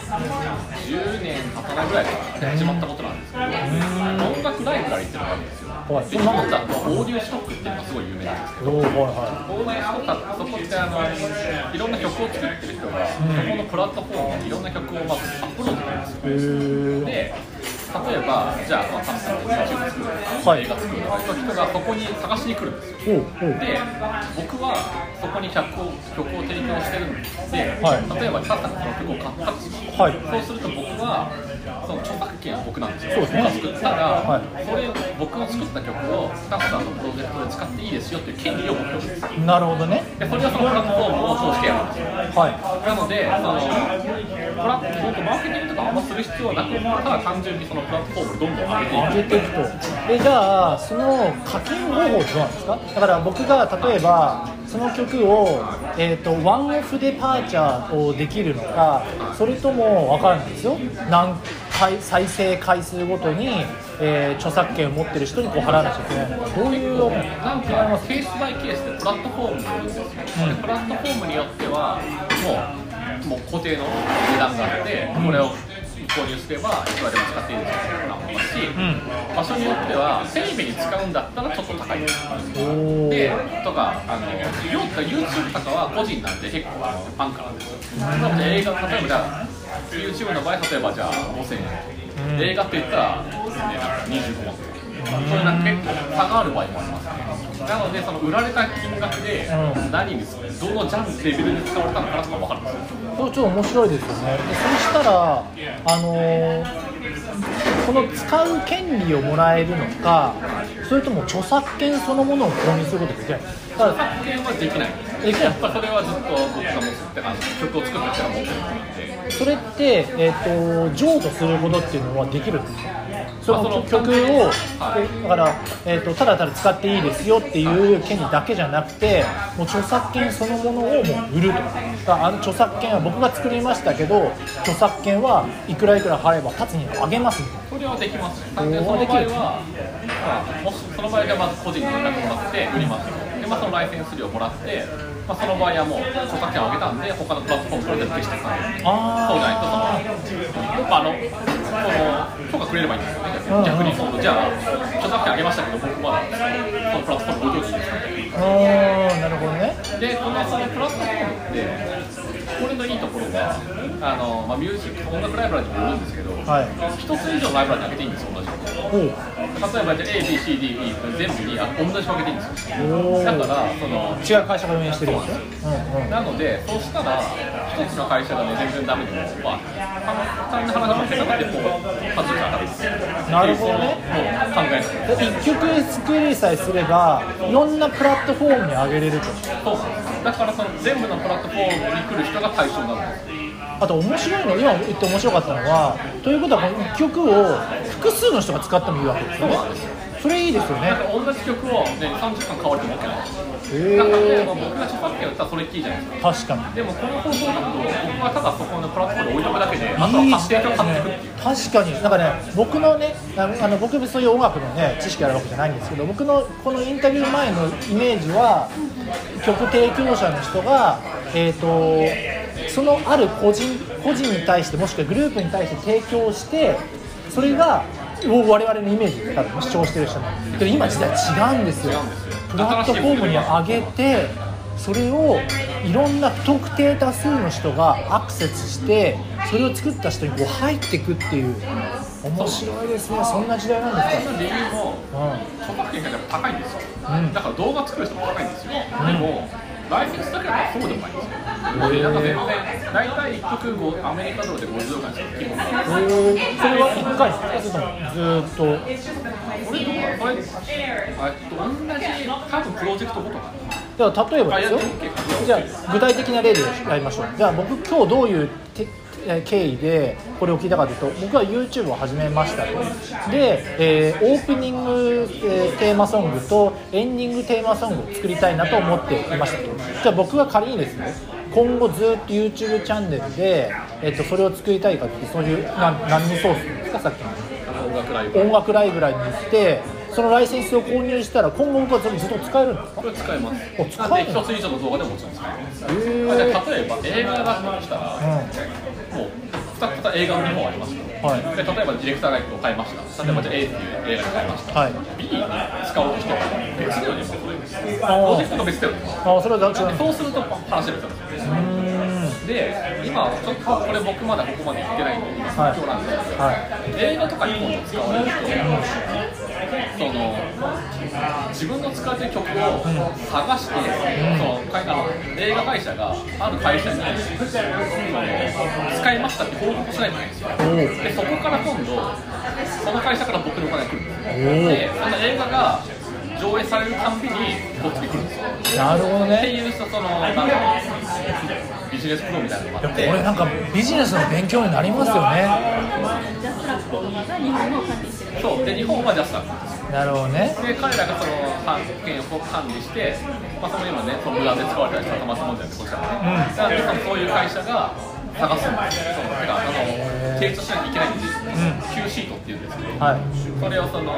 [SPEAKER 2] 10年経たないぐらいから始まったことなんですけど、音楽ライブラリーっていうのがあるんですよ。
[SPEAKER 1] はい
[SPEAKER 2] で日本だとオーディオストックっていうのがすごい有名なんですけど。
[SPEAKER 1] おーは
[SPEAKER 2] オーディオストックはそこってあのいろんな曲を作ってる人が、そこのプラットフォームにいろんな曲をまずアップロードするんですよ。
[SPEAKER 1] いはいへえ
[SPEAKER 2] で例えば、じゃあ、まあ、サムさんで YouTube 作ると
[SPEAKER 1] は
[SPEAKER 2] か、
[SPEAKER 1] い
[SPEAKER 2] 映画作るとか、そういう人がそこに探しに来るんですよ。
[SPEAKER 1] おうおう
[SPEAKER 2] で僕はそこに曲を曲を提供してるんで、
[SPEAKER 1] はい
[SPEAKER 2] 例えばタさんがその曲を買ったとします、
[SPEAKER 1] はい
[SPEAKER 2] そうすると僕はその著作権は僕なんですよ
[SPEAKER 1] そうですね
[SPEAKER 2] 僕が作ったら、
[SPEAKER 1] は
[SPEAKER 2] それを僕の作った曲をタさんのプロジェクトで使っていいですよっていう権利を僕が持ってるんです
[SPEAKER 1] なるほどね
[SPEAKER 2] でそれをそのプラットフォームを通してやるんですよ
[SPEAKER 1] は
[SPEAKER 2] なので、そのプラットマーケティングとかあんまする必要はなく、ただ単純にそのプラットフォームをどんどん上げていく
[SPEAKER 1] い上げていくとでじゃあその課金方法ってどうなんですかだから僕が例えばその曲を、えー、とワンオフでパーチャーをできるのかそれとも分からないですよ何回再生回数ごとに、えー著作権を持ってる人にこう払わなきゃいけないのかどういう
[SPEAKER 2] なんかケースバイケースでプラットフォームによるんですよ、でプラットフォームによってはもうもう固定の値段があって、これを購入すればいくらでも使っていいですよなもあるし、場所によってはテレビに使うんだったらちょっと高いです
[SPEAKER 1] お
[SPEAKER 2] で
[SPEAKER 1] ー
[SPEAKER 2] とかあの要は YouTube とかは個人なんで結構あのファンからですよなので映画例えばじゃあ YouTube の場合例えばじゃあ5000円、映画って言ったら、ね、なんか25万とかそういうなんか結構差がある場合もありますねなのでその売られた金額で
[SPEAKER 1] うん
[SPEAKER 2] 何にどのジャンルレベルに使われたのかなとか分かるんですよ
[SPEAKER 1] これちょっと面白いですよねでそしたらあのーこの使う権利をもらえるのかそれとも著作権そのものを購入することできないだから
[SPEAKER 2] 発見はできないんです
[SPEAKER 1] できない
[SPEAKER 2] やっぱそれはずっと僕が持つってあの曲を作った人が持ってるので
[SPEAKER 1] それって、えー、と譲渡することっていうのはできるんですかそ
[SPEAKER 2] あそ
[SPEAKER 1] の
[SPEAKER 2] の
[SPEAKER 1] 曲を、
[SPEAKER 2] はい
[SPEAKER 1] だから、えー、とただただ使っていいですよっていう権利だけじゃなくてもう著作権そのものをもう売るとだからあの著作権は僕が作りましたけど著作権はいくらいくら払えば達にあげますみたいな
[SPEAKER 2] それはできますね
[SPEAKER 1] おー
[SPEAKER 2] でその場合は、まあ、もしその場合ではまず個人の連絡を買って売りますよで、まあ、そのライセンス料をもらって、まあ、その場合はもう著作権を上げたんで他のプラットフォームそれで消してくださいそうじゃないと
[SPEAKER 1] あー
[SPEAKER 2] その、あの、その許可くれればいいんですよね、逆に逆にそうじゃあ、著作権あげましたけど、僕まだ、そのプラットフォームご用意ですかみたい
[SPEAKER 1] あーなるほどね
[SPEAKER 2] なで、このそのプラットフォームって、これのいいところが、あのまあ、ミュージック、音楽ライブラリにもよるんですけど、一、
[SPEAKER 1] はい
[SPEAKER 2] つ以上ライブラリにあげていいんですよ、同じこと。
[SPEAKER 1] おう
[SPEAKER 2] 例えば、じゃあ A、B、C、D、E 全部にあ同じ分けていいんですよ。
[SPEAKER 1] おー
[SPEAKER 2] だから、その、
[SPEAKER 1] 違う会社が運営してるんですよ、うんうん、
[SPEAKER 2] なので、そうしたら、一つの会社がね、全然ダメでも、まあ、簡単な話じゃなくて、もう、数じゃダメです。
[SPEAKER 1] なるほどね
[SPEAKER 2] もう考えなくて。
[SPEAKER 1] 1曲作りさえすればいろんなプラットフォームに上げれると
[SPEAKER 2] そうだから、その全部のプラットフォームに来る人が対象になるんです。
[SPEAKER 1] あと面白いの今言って面白かったのはということはこの1曲を複数の人が使ってもいいわけですよねそれいいですよ
[SPEAKER 2] だ
[SPEAKER 1] ね
[SPEAKER 2] から、同じ曲を、ね、3時間変わると思ってない。だから、例え
[SPEAKER 1] へ
[SPEAKER 2] ば
[SPEAKER 1] え
[SPEAKER 2] 僕が著作権売ったらそれっきりじゃないですか。
[SPEAKER 1] 確か
[SPEAKER 2] でも、この方法だと、僕はただそこのプラットフォームに置いとくだけで、あとは
[SPEAKER 1] にいい
[SPEAKER 2] 勝手に買っていくっていう。
[SPEAKER 1] 確かになんかね僕のねあのあの僕そういう音楽のね知識あるわけじゃないんですけど僕のこのインタビュー前のイメージは曲提供者の人がえっ、とそのある個人個人に対してもしくはグループに対して提供してそれがを我々のイメージで多分主張してる人なんでけど今時代違うんですよプラットフォームに上げてそれをいろんな不特定多数の人がアクセスしてそれを作った人にこう入っていくっていう面白いですねそんな時代なんですか
[SPEAKER 2] 理由も
[SPEAKER 1] うん
[SPEAKER 2] 著作権がやっぱ高いんですよ、
[SPEAKER 1] うん
[SPEAKER 2] だから動画作る人も高いんですよ、でもライセンスだけだとそうでもないんですよ、でなんか全然大体1曲5アメリカドルで50億円しか基本がない
[SPEAKER 1] それは1回ですかそれともずーっ
[SPEAKER 2] これどうなのこれあえっと同じ多分プロジェクトごとか
[SPEAKER 1] とでは例えばですよ
[SPEAKER 2] あいやでも結構
[SPEAKER 1] じゃあ具体的な例でやりましょうじゃあ僕今日どういうてえー経緯でこれを聞いたかというと僕は YouTube を始めましたとで、えーオープニング、えーテーマソングとエンディングテーマソングを作りたいなと思っていましたとじゃあ僕が仮にですね今後ずっと YouTube チャンネルで、えっとそれを作りたいかってそういうな何のソースですかさっきの
[SPEAKER 2] な音楽ライブ
[SPEAKER 1] 音楽ライブラリに行ってそのライセンスを購入したら今後僕はそれずっと使えるんですか
[SPEAKER 2] これ使えます
[SPEAKER 1] お使える
[SPEAKER 2] なんで1つ以上の動画でももちろん使えますあじゃあ例えば映画だとしたら、もう2つ映画の2本ありますよ、
[SPEAKER 1] はい
[SPEAKER 2] で例えばディレクターが1個買いました例えばじゃあ A っていう映画に買いました、
[SPEAKER 1] はい
[SPEAKER 2] B に使う人が別のようにもそれですプ
[SPEAKER 1] あ
[SPEAKER 2] ロジ
[SPEAKER 1] ー
[SPEAKER 2] ェクトが別だよね
[SPEAKER 1] あーそれは違うんだ
[SPEAKER 2] そうすると話が別なんですよ
[SPEAKER 1] うーん
[SPEAKER 2] で今ちょっとこれ僕まだここまで行ってないんで今
[SPEAKER 1] はい
[SPEAKER 2] 今日なんですけど、
[SPEAKER 1] は
[SPEAKER 2] 映画とかに今度使われるとその自分の使ってる曲を探して、そのかいあの映画会社がある会社にその使いましたって報告しないといけないんですよ
[SPEAKER 1] おー
[SPEAKER 2] でそこから今度その会社から僕のお金が来るんですよ
[SPEAKER 1] お
[SPEAKER 2] でその映画が上映されるたんびにこっちに来るんですよ
[SPEAKER 1] おなるほど
[SPEAKER 2] って
[SPEAKER 1] ね
[SPEAKER 2] いう人そのなんかビジネスプロみたいなの
[SPEAKER 1] いや
[SPEAKER 2] があっ
[SPEAKER 1] こ
[SPEAKER 2] て
[SPEAKER 1] れなんかビジネスの勉強になりますよね
[SPEAKER 3] ジャスラックとかが日本の管理してる
[SPEAKER 2] そうで日本はジャスラック
[SPEAKER 1] なるほどね
[SPEAKER 2] で彼らがその版権を管理して、まあ、その今ね、その無断で使われたりしたらたまったもんじゃなくて、こっちはね、だからそのそういう会社が探すんですよ、そうてかあの提出しないといけないんですよ、Q シートっていうんですけど、
[SPEAKER 1] はい
[SPEAKER 2] それをその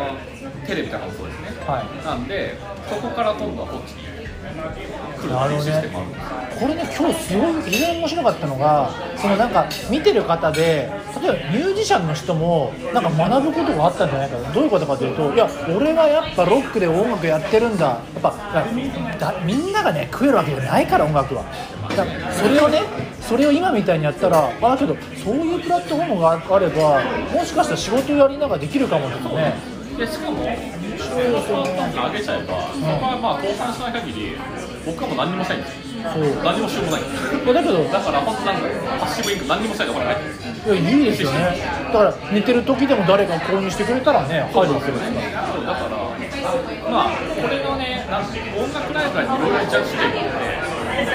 [SPEAKER 2] テレビとかもそうですね、
[SPEAKER 1] は
[SPEAKER 2] なんで、そこから今度はこっちに来る
[SPEAKER 1] な
[SPEAKER 2] っ
[SPEAKER 1] る
[SPEAKER 2] ていう
[SPEAKER 1] ほど
[SPEAKER 2] システムがあるん
[SPEAKER 1] ね
[SPEAKER 2] ですよ。
[SPEAKER 1] これね今日すごい非常に面白かったのがそのなんか見てる方で例えばミュージシャンの人もなんか学ぶことがあったんじゃないかなどういうことかというといや俺はやっぱロックで音楽やってるんだやっぱだみんながね食えるわけじゃないから音楽はだからそれをねそれを今みたいにやったらあけどそういうプラットフォームがあればもしかしたら仕事やりながらできるかもですね
[SPEAKER 2] でしかも、しのスマートフォンに上げちゃえば、そこはまあ倒産しない限り、僕はもう何にもしたいんですよ。
[SPEAKER 1] そう
[SPEAKER 2] 何にもしようもないんですよ。
[SPEAKER 1] いやだけど
[SPEAKER 2] だから、本当なんか、パッシブインク何にもしたいところないんですよ。
[SPEAKER 1] いやいいですよねだから寝てる時でも誰か購入してくれたらね入るわけですから
[SPEAKER 2] そうだから、まあ、これのね、なんていうの音楽ライブラリにいろいろジャッジしてるので、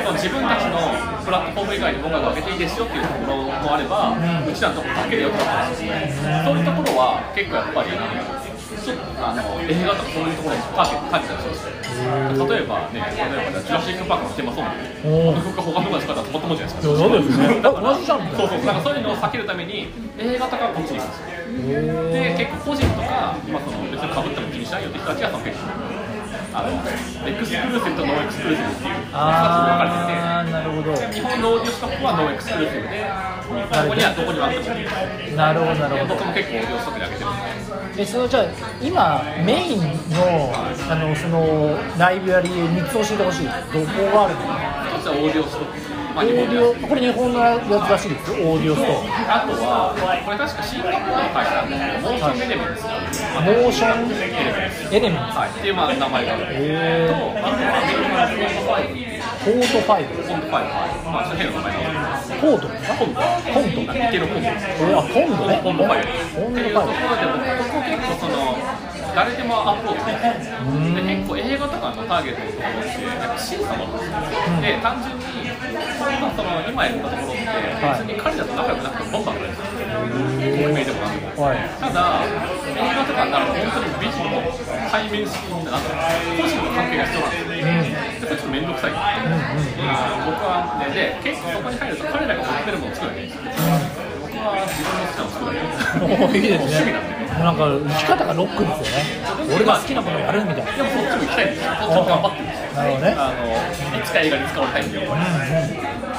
[SPEAKER 2] まあ自分たちのプラットフォーム以外に音楽を上げていいですよっていうところもあれば、うちらのところだけでよくあるんですね、そういうところは結構やっぱり、ちょっとあの映画とかそういうところにターゲット書いてたりします例えばね、例えばジュラシック・パークのテーマソング、
[SPEAKER 1] おお
[SPEAKER 2] 僕が他のところで使ったら止まったもんじゃないです
[SPEAKER 1] そ
[SPEAKER 2] か。
[SPEAKER 1] うですね
[SPEAKER 2] だから
[SPEAKER 1] 同じじゃんみたいな
[SPEAKER 2] そうそうなんかそういうのを避けるために映画とかはこっちに行くんですよで結構個人とか、まあ、その別にかぶっても気にしないよって人たちがその結構あのエクスクルーシブとノーエクスクルーシブっていう2つに分か
[SPEAKER 1] あーなるほど
[SPEAKER 2] れてて日本のオーディオストップはノーエクスクルーシブで日本語にはどこにもあってもいいで
[SPEAKER 1] なるほどなるほど
[SPEAKER 2] 僕も結構オーディオストップで上げてるんです
[SPEAKER 1] えそのじゃあ今メインのあのそのライブラリー3つ教えてほしいですどこがあるの
[SPEAKER 2] 一つはオーディオストップ、ま
[SPEAKER 1] オ
[SPEAKER 2] あ、日本
[SPEAKER 1] ー
[SPEAKER 2] で
[SPEAKER 1] デ
[SPEAKER 2] やってる
[SPEAKER 1] ィオこれ日本のやつらしいですよオーディオストー
[SPEAKER 2] あとは、これ確かシンガポールの会社なんですけど、モーションエレメンツっ
[SPEAKER 1] ンモーションエレメント
[SPEAKER 2] てはい、っていうまあ名前があると、あと
[SPEAKER 1] へー
[SPEAKER 2] はアメリカのフォントファイ
[SPEAKER 1] ポ
[SPEAKER 2] ブ
[SPEAKER 1] ート5
[SPEAKER 2] コントファイブ、まあ、ちょっと変な名前がある
[SPEAKER 1] ポートですか
[SPEAKER 2] コント、コント、イケのコントです
[SPEAKER 1] えーあポンドね
[SPEAKER 2] コントファイ
[SPEAKER 1] ポ
[SPEAKER 2] ブ。っ
[SPEAKER 1] ン
[SPEAKER 2] て
[SPEAKER 1] ド
[SPEAKER 2] いうところで、僕も結構その、誰でもアップロードできるんですよで結構映画とかのターゲットのところって、やっぱ審査もあるんですよ。で、単純に、まあその今やったところって、別に彼らと仲良くなくてもボンバーくらいですよ。有名でもなんでも。
[SPEAKER 1] 5はい
[SPEAKER 2] ただ、映画とかになると、本当に美人の対面式みたいな、個人の関係が必要なんですよ。でこれちょっと面倒くさい、僕はね、で、結構そこに入ると、彼らが持ってるものを作るわけですよ。僕は自分の好きなのを作るわけ
[SPEAKER 1] もうい
[SPEAKER 2] ですよ。
[SPEAKER 1] いです
[SPEAKER 2] 趣味
[SPEAKER 1] ね
[SPEAKER 2] なんでね。
[SPEAKER 1] なんか生き方がロックですよね俺が好きなものをやるみたいな
[SPEAKER 2] でもそっちも行きたいんですよ。そっちも頑張ってるんですよ。
[SPEAKER 1] なるほどね
[SPEAKER 2] あのいつか映画に使われたいんで、俺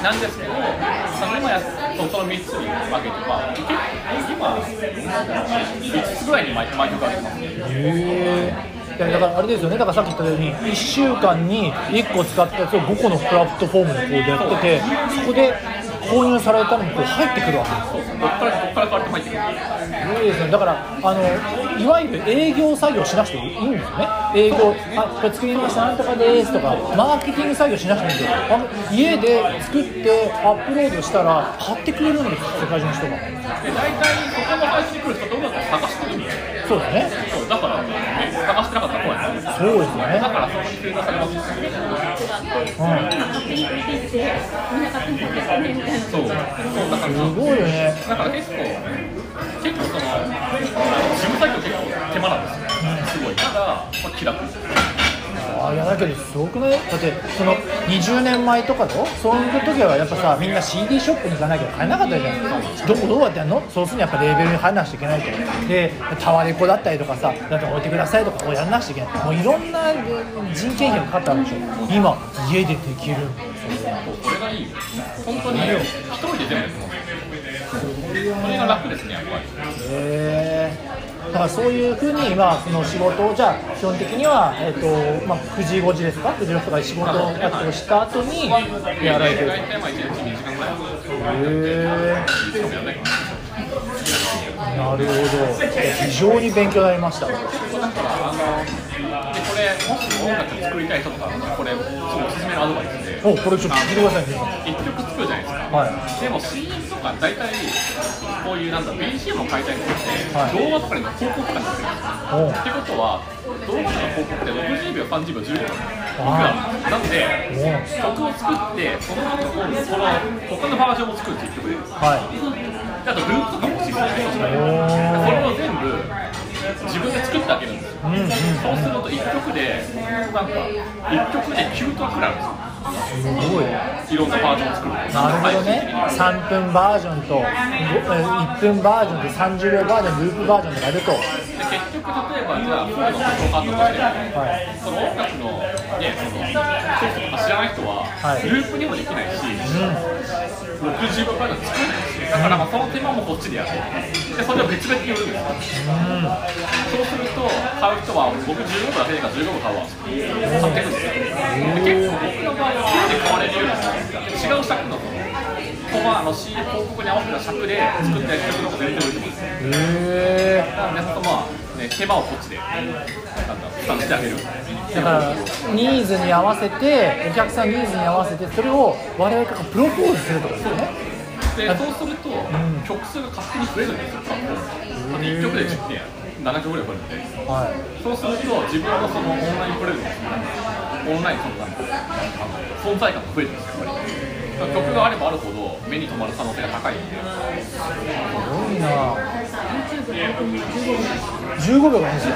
[SPEAKER 2] なんですけど、まあ、今やっとその3つに分けては、結構今、5つぐらいに毎毎曲あげてますね。
[SPEAKER 1] へえだからあれですよねだからさっき言ったように1週間に1個使ったやつを5個のプラットフォームでこうやっててそこで購入されたのにこう入ってくるわけです
[SPEAKER 2] そうそう、どっからどっから変わっても入ってくる。
[SPEAKER 1] いいですね。だからあのいわゆる営業作業しなくていいんですよね。営業、あこれ作りましたなんとかですとかマーケティング作業しなくていいんですよ。あ家で作ってアップロードしたら買ってくれるんですよ。世界中の人が。
[SPEAKER 2] で、大体、他の配信に来る人、どんなのか探してるんですよ。
[SPEAKER 1] そうだね。
[SPEAKER 2] そうだから、ね、探してなかったら来ないですよ。
[SPEAKER 1] そうですよ
[SPEAKER 2] だ
[SPEAKER 1] ね。
[SPEAKER 2] から、そこに追加されますし
[SPEAKER 3] 勝手についていって、みんな勝手に買ってきてねみたいな。
[SPEAKER 2] そう、そう、だから、
[SPEAKER 1] うん。すごいよね。
[SPEAKER 2] だから結構、結構その、あの事務作業結構手間なんですよ。すごい。ただ、まあ、気楽。
[SPEAKER 1] あいやだけどすごくないだってその20年前とかのそういう時はやっぱさみんな CD ショップに行かなきゃ買えなかったじゃないですかどこどうやってやんのそうするにやっぱレーベルに入らなくちゃいけないとでタワレコだったりとかさだって置いてくださいとかこうやんなくちゃいけないもういろんな人件費がかかったんでしょ今家でできる
[SPEAKER 2] これがいいよ。本当に、一人で全部やってます。それが楽ですね、やっぱ
[SPEAKER 1] へ
[SPEAKER 2] り。
[SPEAKER 1] えだからそういうふうに今その仕事をじゃあ基本的には、えっとまあ、9時5時ですか9時6時とかで仕事をやってをした後にやられてる
[SPEAKER 2] 大体、まあ、1日2時間ぐら
[SPEAKER 1] へ
[SPEAKER 2] い。
[SPEAKER 1] え
[SPEAKER 2] しかもやらないから。
[SPEAKER 1] なるほど。非常に勉強になりました。
[SPEAKER 2] だから、あの、で、これ、もし音楽作りたい人とか、これ、すごいおすすめのアドバイスで、
[SPEAKER 1] お、これちょっと聞いてくださいね。
[SPEAKER 2] 一曲作るじゃないですか。
[SPEAKER 1] は
[SPEAKER 2] でも CM とか大体こういうなんだ BGM を買いたい人って、
[SPEAKER 1] はい
[SPEAKER 2] 動画とかにも広告とかになってるんですよ
[SPEAKER 1] い。おう、
[SPEAKER 2] ってことは動画とか広告って60秒30秒10秒
[SPEAKER 1] あ
[SPEAKER 2] なので
[SPEAKER 1] おう、
[SPEAKER 2] 曲を作ってその後こうその他のバージョンも作るっていう曲で
[SPEAKER 1] はい。
[SPEAKER 2] あとループとかも欲しいですね
[SPEAKER 1] おー
[SPEAKER 2] これを全部自分で作ってあげるんですよ
[SPEAKER 1] うんうん。す
[SPEAKER 2] そうすると1曲でなんか1曲で9曲くらいあるんですよ
[SPEAKER 1] ごい。
[SPEAKER 2] いろんなバージョンを作る
[SPEAKER 1] なるほどね。3分バージョンとごえ1分バージョンと30秒バージョン、ループバージョンとかやると。
[SPEAKER 2] で結局例えばじゃあプロのフォトカットとして
[SPEAKER 1] はい。
[SPEAKER 2] その音楽のねそのソフトとか知らない人は、
[SPEAKER 1] い
[SPEAKER 2] ループにもできないし、
[SPEAKER 1] う
[SPEAKER 2] 60分くらいの作れないしだからまあその手間もこっちでやってでそれを別々に売るんですよそうすると買う人は僕15分だけでから15分買うわ買ってくんですよで結構僕の場合は手で買われるようにする違う尺のここはあの CM 広告に合わせた尺で作った曲の方が全然売れてます
[SPEAKER 1] ん。へえ。
[SPEAKER 2] なんで、まあ、ね、ね、手羽をこっちで、なんだ、使ってあげる。
[SPEAKER 1] だからニーズに合わせてお客さんニーズに合わせてそれを我々がプロポーズするとかですよね
[SPEAKER 2] で、そうすると、曲数が勝手に増えるんですよ、1曲で10点や、7曲ぐらい増えるんで、
[SPEAKER 1] はい
[SPEAKER 2] そうすると、自分のそのオンラインプレゼンスオンラインそのなんかあの存在感が増えるんですよ、やっぱり。だから曲があればあるほど、目に留まる可能性が高いん
[SPEAKER 1] す
[SPEAKER 2] で、
[SPEAKER 1] ごいな15秒がいいんですよ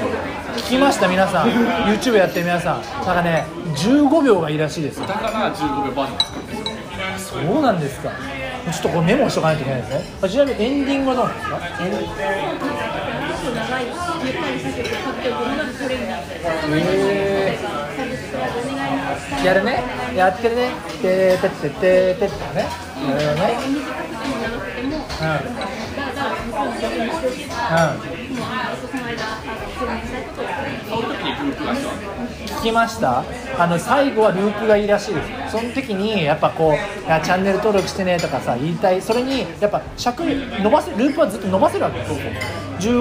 [SPEAKER 1] 聞きました皆さん YouTube やってる皆さんだからね15秒がいいらしいですよ
[SPEAKER 2] だから15秒バージョン作るんですよ。
[SPEAKER 1] そうなんですかちょっとこれメモしとかないといけないですねあちなみにエンディングはどうなんですか
[SPEAKER 3] 結構長いし、ゆったりさせて、かっこよくなるトレーニングだったり、その
[SPEAKER 1] へ
[SPEAKER 3] サブスクライブお願いします。
[SPEAKER 1] やるねやってるねてーてっててーてってねやるよね
[SPEAKER 3] 短くても長くても、だ
[SPEAKER 1] うん
[SPEAKER 3] から、向こうに興味を持っ
[SPEAKER 1] う
[SPEAKER 3] て、もう、あの、この間、あの、共演したいことをやって
[SPEAKER 2] そういう時にループが必要なんですよ
[SPEAKER 1] ん聞きましたあの最後はループがいいらしいですその時にやっぱこういや「チャンネル登録してね」とかさ言いたいそれにやっぱ尺伸ばせループはずっと伸ばせるわけですよ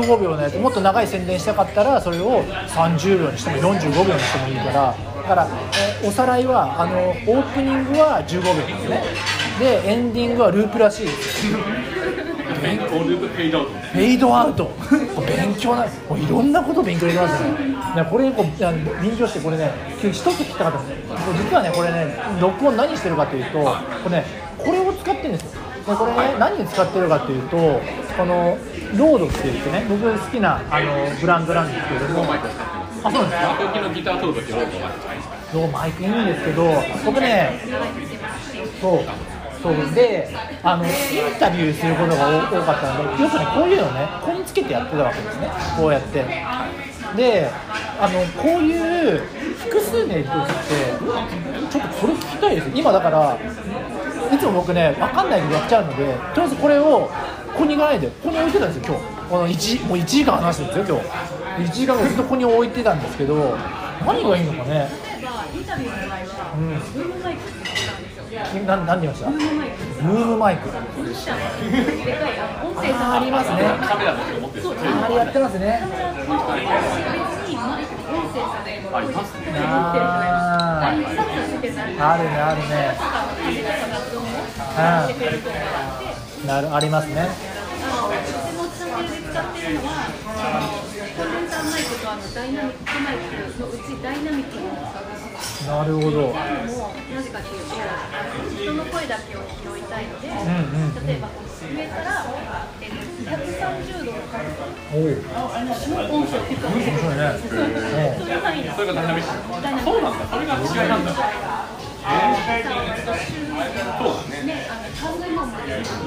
[SPEAKER 1] 15秒のやつもっと長い宣伝したかったらそれを30秒にしても45秒にしてもいいからだからえおさらいはあのオープニングは15秒ですねでエンディングはループらしいです
[SPEAKER 2] メインオーループフェイドアウトみたい
[SPEAKER 1] フェードアウト勉強なもういろんなこと勉強できますねいやこれこうあの臨場してこれね今日一つ聞きたかったんですよ実はねこれね録音何してるかというとこれねこれを使ってるんですよでこれね何に使ってるかというとこのロードって言ってね僕好きなあのブランドなんですけれど
[SPEAKER 2] な。
[SPEAKER 1] も
[SPEAKER 2] マイク使ってます。
[SPEAKER 1] あそうなんですか
[SPEAKER 2] マコキのギター取る時はロープマイク使います。
[SPEAKER 1] どうマイクいいんですけど僕ねそうそうであのインタビューすることが多多かったのでよくねこういうのねここにつけてやってたわけですねこうやってであのこういう複数名いる時ってちょっとこれ聞きたいです今だからいつも僕ね分かんないけどやっちゃうのでとりあえずこれをここに行かないでここに置いてたんですよ今日この一もう1時間話してるんですよ今日1時間ずっとここに置いてたんですけど何がいいのかね
[SPEAKER 3] 例えば、インタビューの場合は、ブームマイクって言ったんですよ。ブ
[SPEAKER 1] な何て言いました
[SPEAKER 3] ームマイク。
[SPEAKER 1] ムームマイク
[SPEAKER 3] 本社のでかい、あの音声さん
[SPEAKER 1] ありますね
[SPEAKER 2] カメラだけ持ってるんですよ。
[SPEAKER 1] あれやってますね
[SPEAKER 3] カメラの私別にマイク音声さんで
[SPEAKER 2] ありますね。
[SPEAKER 3] あ
[SPEAKER 1] あ
[SPEAKER 3] れサッと見てたり
[SPEAKER 1] ーあるねあるね
[SPEAKER 3] とか風とか雑音をしてくれるとかあって
[SPEAKER 1] なるありますね
[SPEAKER 3] あのうちのチャンネルで使ってるのはあのコンデンサーマイクとあのダイナミックマイクのうちダイナミックのを使ってます
[SPEAKER 1] なるほど
[SPEAKER 3] でもなぜかっていうと人の声だけを拾いたいので、
[SPEAKER 1] んうん
[SPEAKER 3] 例えば上から、えっと、130度の角度
[SPEAKER 1] おい面
[SPEAKER 3] の音声っていうか
[SPEAKER 1] 白いね
[SPEAKER 3] そういう範囲の
[SPEAKER 2] それがダイナミック。そうなんだ。それが違いなんだ。そうだね。
[SPEAKER 3] ね、あの考えも無理ですよ。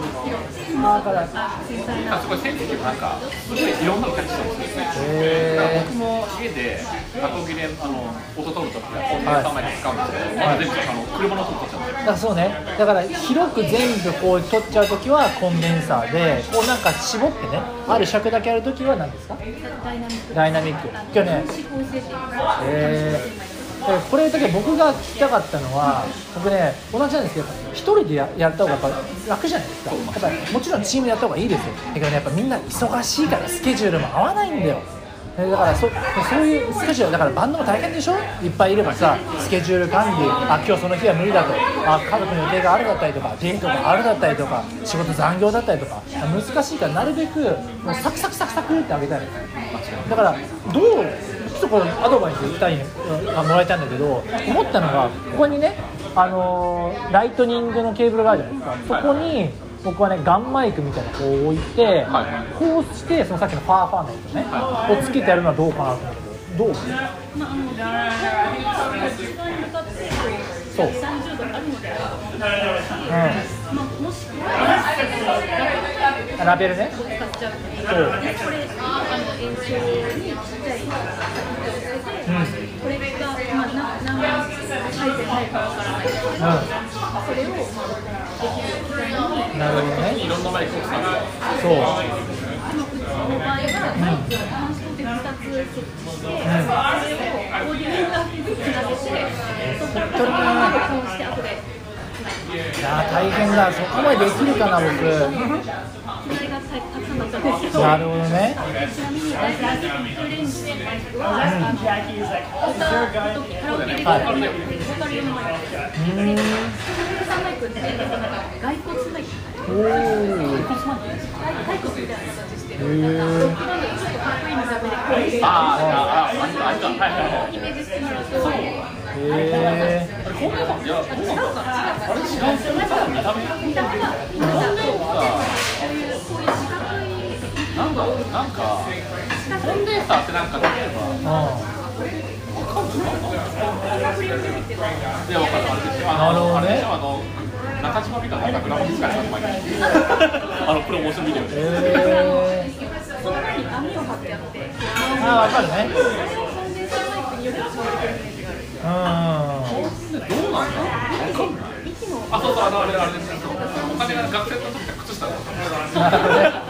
[SPEAKER 1] まあだから
[SPEAKER 3] あ、繊細な。
[SPEAKER 2] あそこ選手なんかすごいいろんなのキャッチしたんですよね。
[SPEAKER 1] へー
[SPEAKER 2] だから僕も家で加藤切であの音取る時はコンデンサーマイク使うんですけど、まだ全部あの車の音取っちゃうんです
[SPEAKER 1] だからそうねだから広く全部こう取っちゃう時はコンデンサーでこうなんか絞ってねある尺だけやる時は何ですか
[SPEAKER 3] ダイナミック。
[SPEAKER 1] ダイナミック今日ね
[SPEAKER 3] 思考性っていうか。
[SPEAKER 1] えー、これだけ僕が聞きたかったのは僕ね同じなんですけど一人でややった方がやっぱ楽じゃないですかやっぱりもちろんチームでやった方がいいですよだけどねやっぱみんな忙しいからスケジュールも合わないんだよえだからそそういうスケジュールだからバンドも大変でしょいっぱいいればさスケジュール管理あ今日その日は無理だとあ家族の予定があるだったりとかデートがあるだったりとか仕事残業だったりとか難しいからなるべくもうサクサクサクサクってあげたいだからどうちょっとこれアドバイス2人にあもらいたいんだけど思ったのがここにね、あのーライトニングのケーブルがあるじゃないですかそこに僕はねガンマイクみたいなのをこう置いて、
[SPEAKER 2] はい
[SPEAKER 1] こうしてそのさっきのファーファーのやつね、をつけてやるのはどうかなと思うけどどう
[SPEAKER 3] まあ、あの、側に向かって、
[SPEAKER 1] そう
[SPEAKER 3] 三十度あるのであれば、
[SPEAKER 1] う
[SPEAKER 3] まあ、もしくは。
[SPEAKER 1] んラベルね
[SPEAKER 3] 使っちゃうので、
[SPEAKER 1] そう
[SPEAKER 3] でこれ、あの、延長にちっちゃい。これが、まあ、な、何回転ないかわからないけど。
[SPEAKER 1] うん
[SPEAKER 3] それを、まあ、できるみたいに。
[SPEAKER 1] なるほど
[SPEAKER 2] よ。
[SPEAKER 1] ね
[SPEAKER 2] いろんなマイクを使って。
[SPEAKER 1] そう
[SPEAKER 3] の場合は、マイクをトランスポーティング2つ設置して、それをオーディオインターフェースとして、そこからパソコンまで録音して、後で、
[SPEAKER 1] いやー大変だそこまでできるかな僕
[SPEAKER 3] それがたくさんのったんですけど
[SPEAKER 1] なるほどね
[SPEAKER 3] ちなみにダイナミックレンジのマイクは、あの歌う時カラオケで歌う時ボーカル用のマイクです。で、コンピューターマイクってなんか骸骨マイク。
[SPEAKER 1] おー
[SPEAKER 3] 骸骨みたいな形してる。なんかロックバンドでちょっとかっこ
[SPEAKER 2] あーあーあーあったあったはいはいはい
[SPEAKER 3] いい見た目でこういうイメージしてもらうと。
[SPEAKER 1] へー
[SPEAKER 2] あれこんなさんいやどうなんだあれ違うただ見た目
[SPEAKER 3] 見た目がみんなさ、こういうこういう四角い
[SPEAKER 2] なんだろうなんかコンデンサーってなんか例えば
[SPEAKER 1] あ
[SPEAKER 2] で、わかる、あれでしょ、あの、あれでしょ、あの、中島美嘉の桜餅使います、毎日。あの、プロモーションビデオ
[SPEAKER 1] ー
[SPEAKER 2] で。
[SPEAKER 1] へ
[SPEAKER 3] その前に網を張ってあって、
[SPEAKER 1] ーあー分かるね
[SPEAKER 3] あれをコンデンサーマイクによく使われてるイメージがある。
[SPEAKER 1] う
[SPEAKER 2] どうなんだろう。わかんない。
[SPEAKER 3] 息の
[SPEAKER 2] あ、そうそう、あの、あれ、あれです。そうお金が学生の時は靴下だった。
[SPEAKER 1] んなるほどね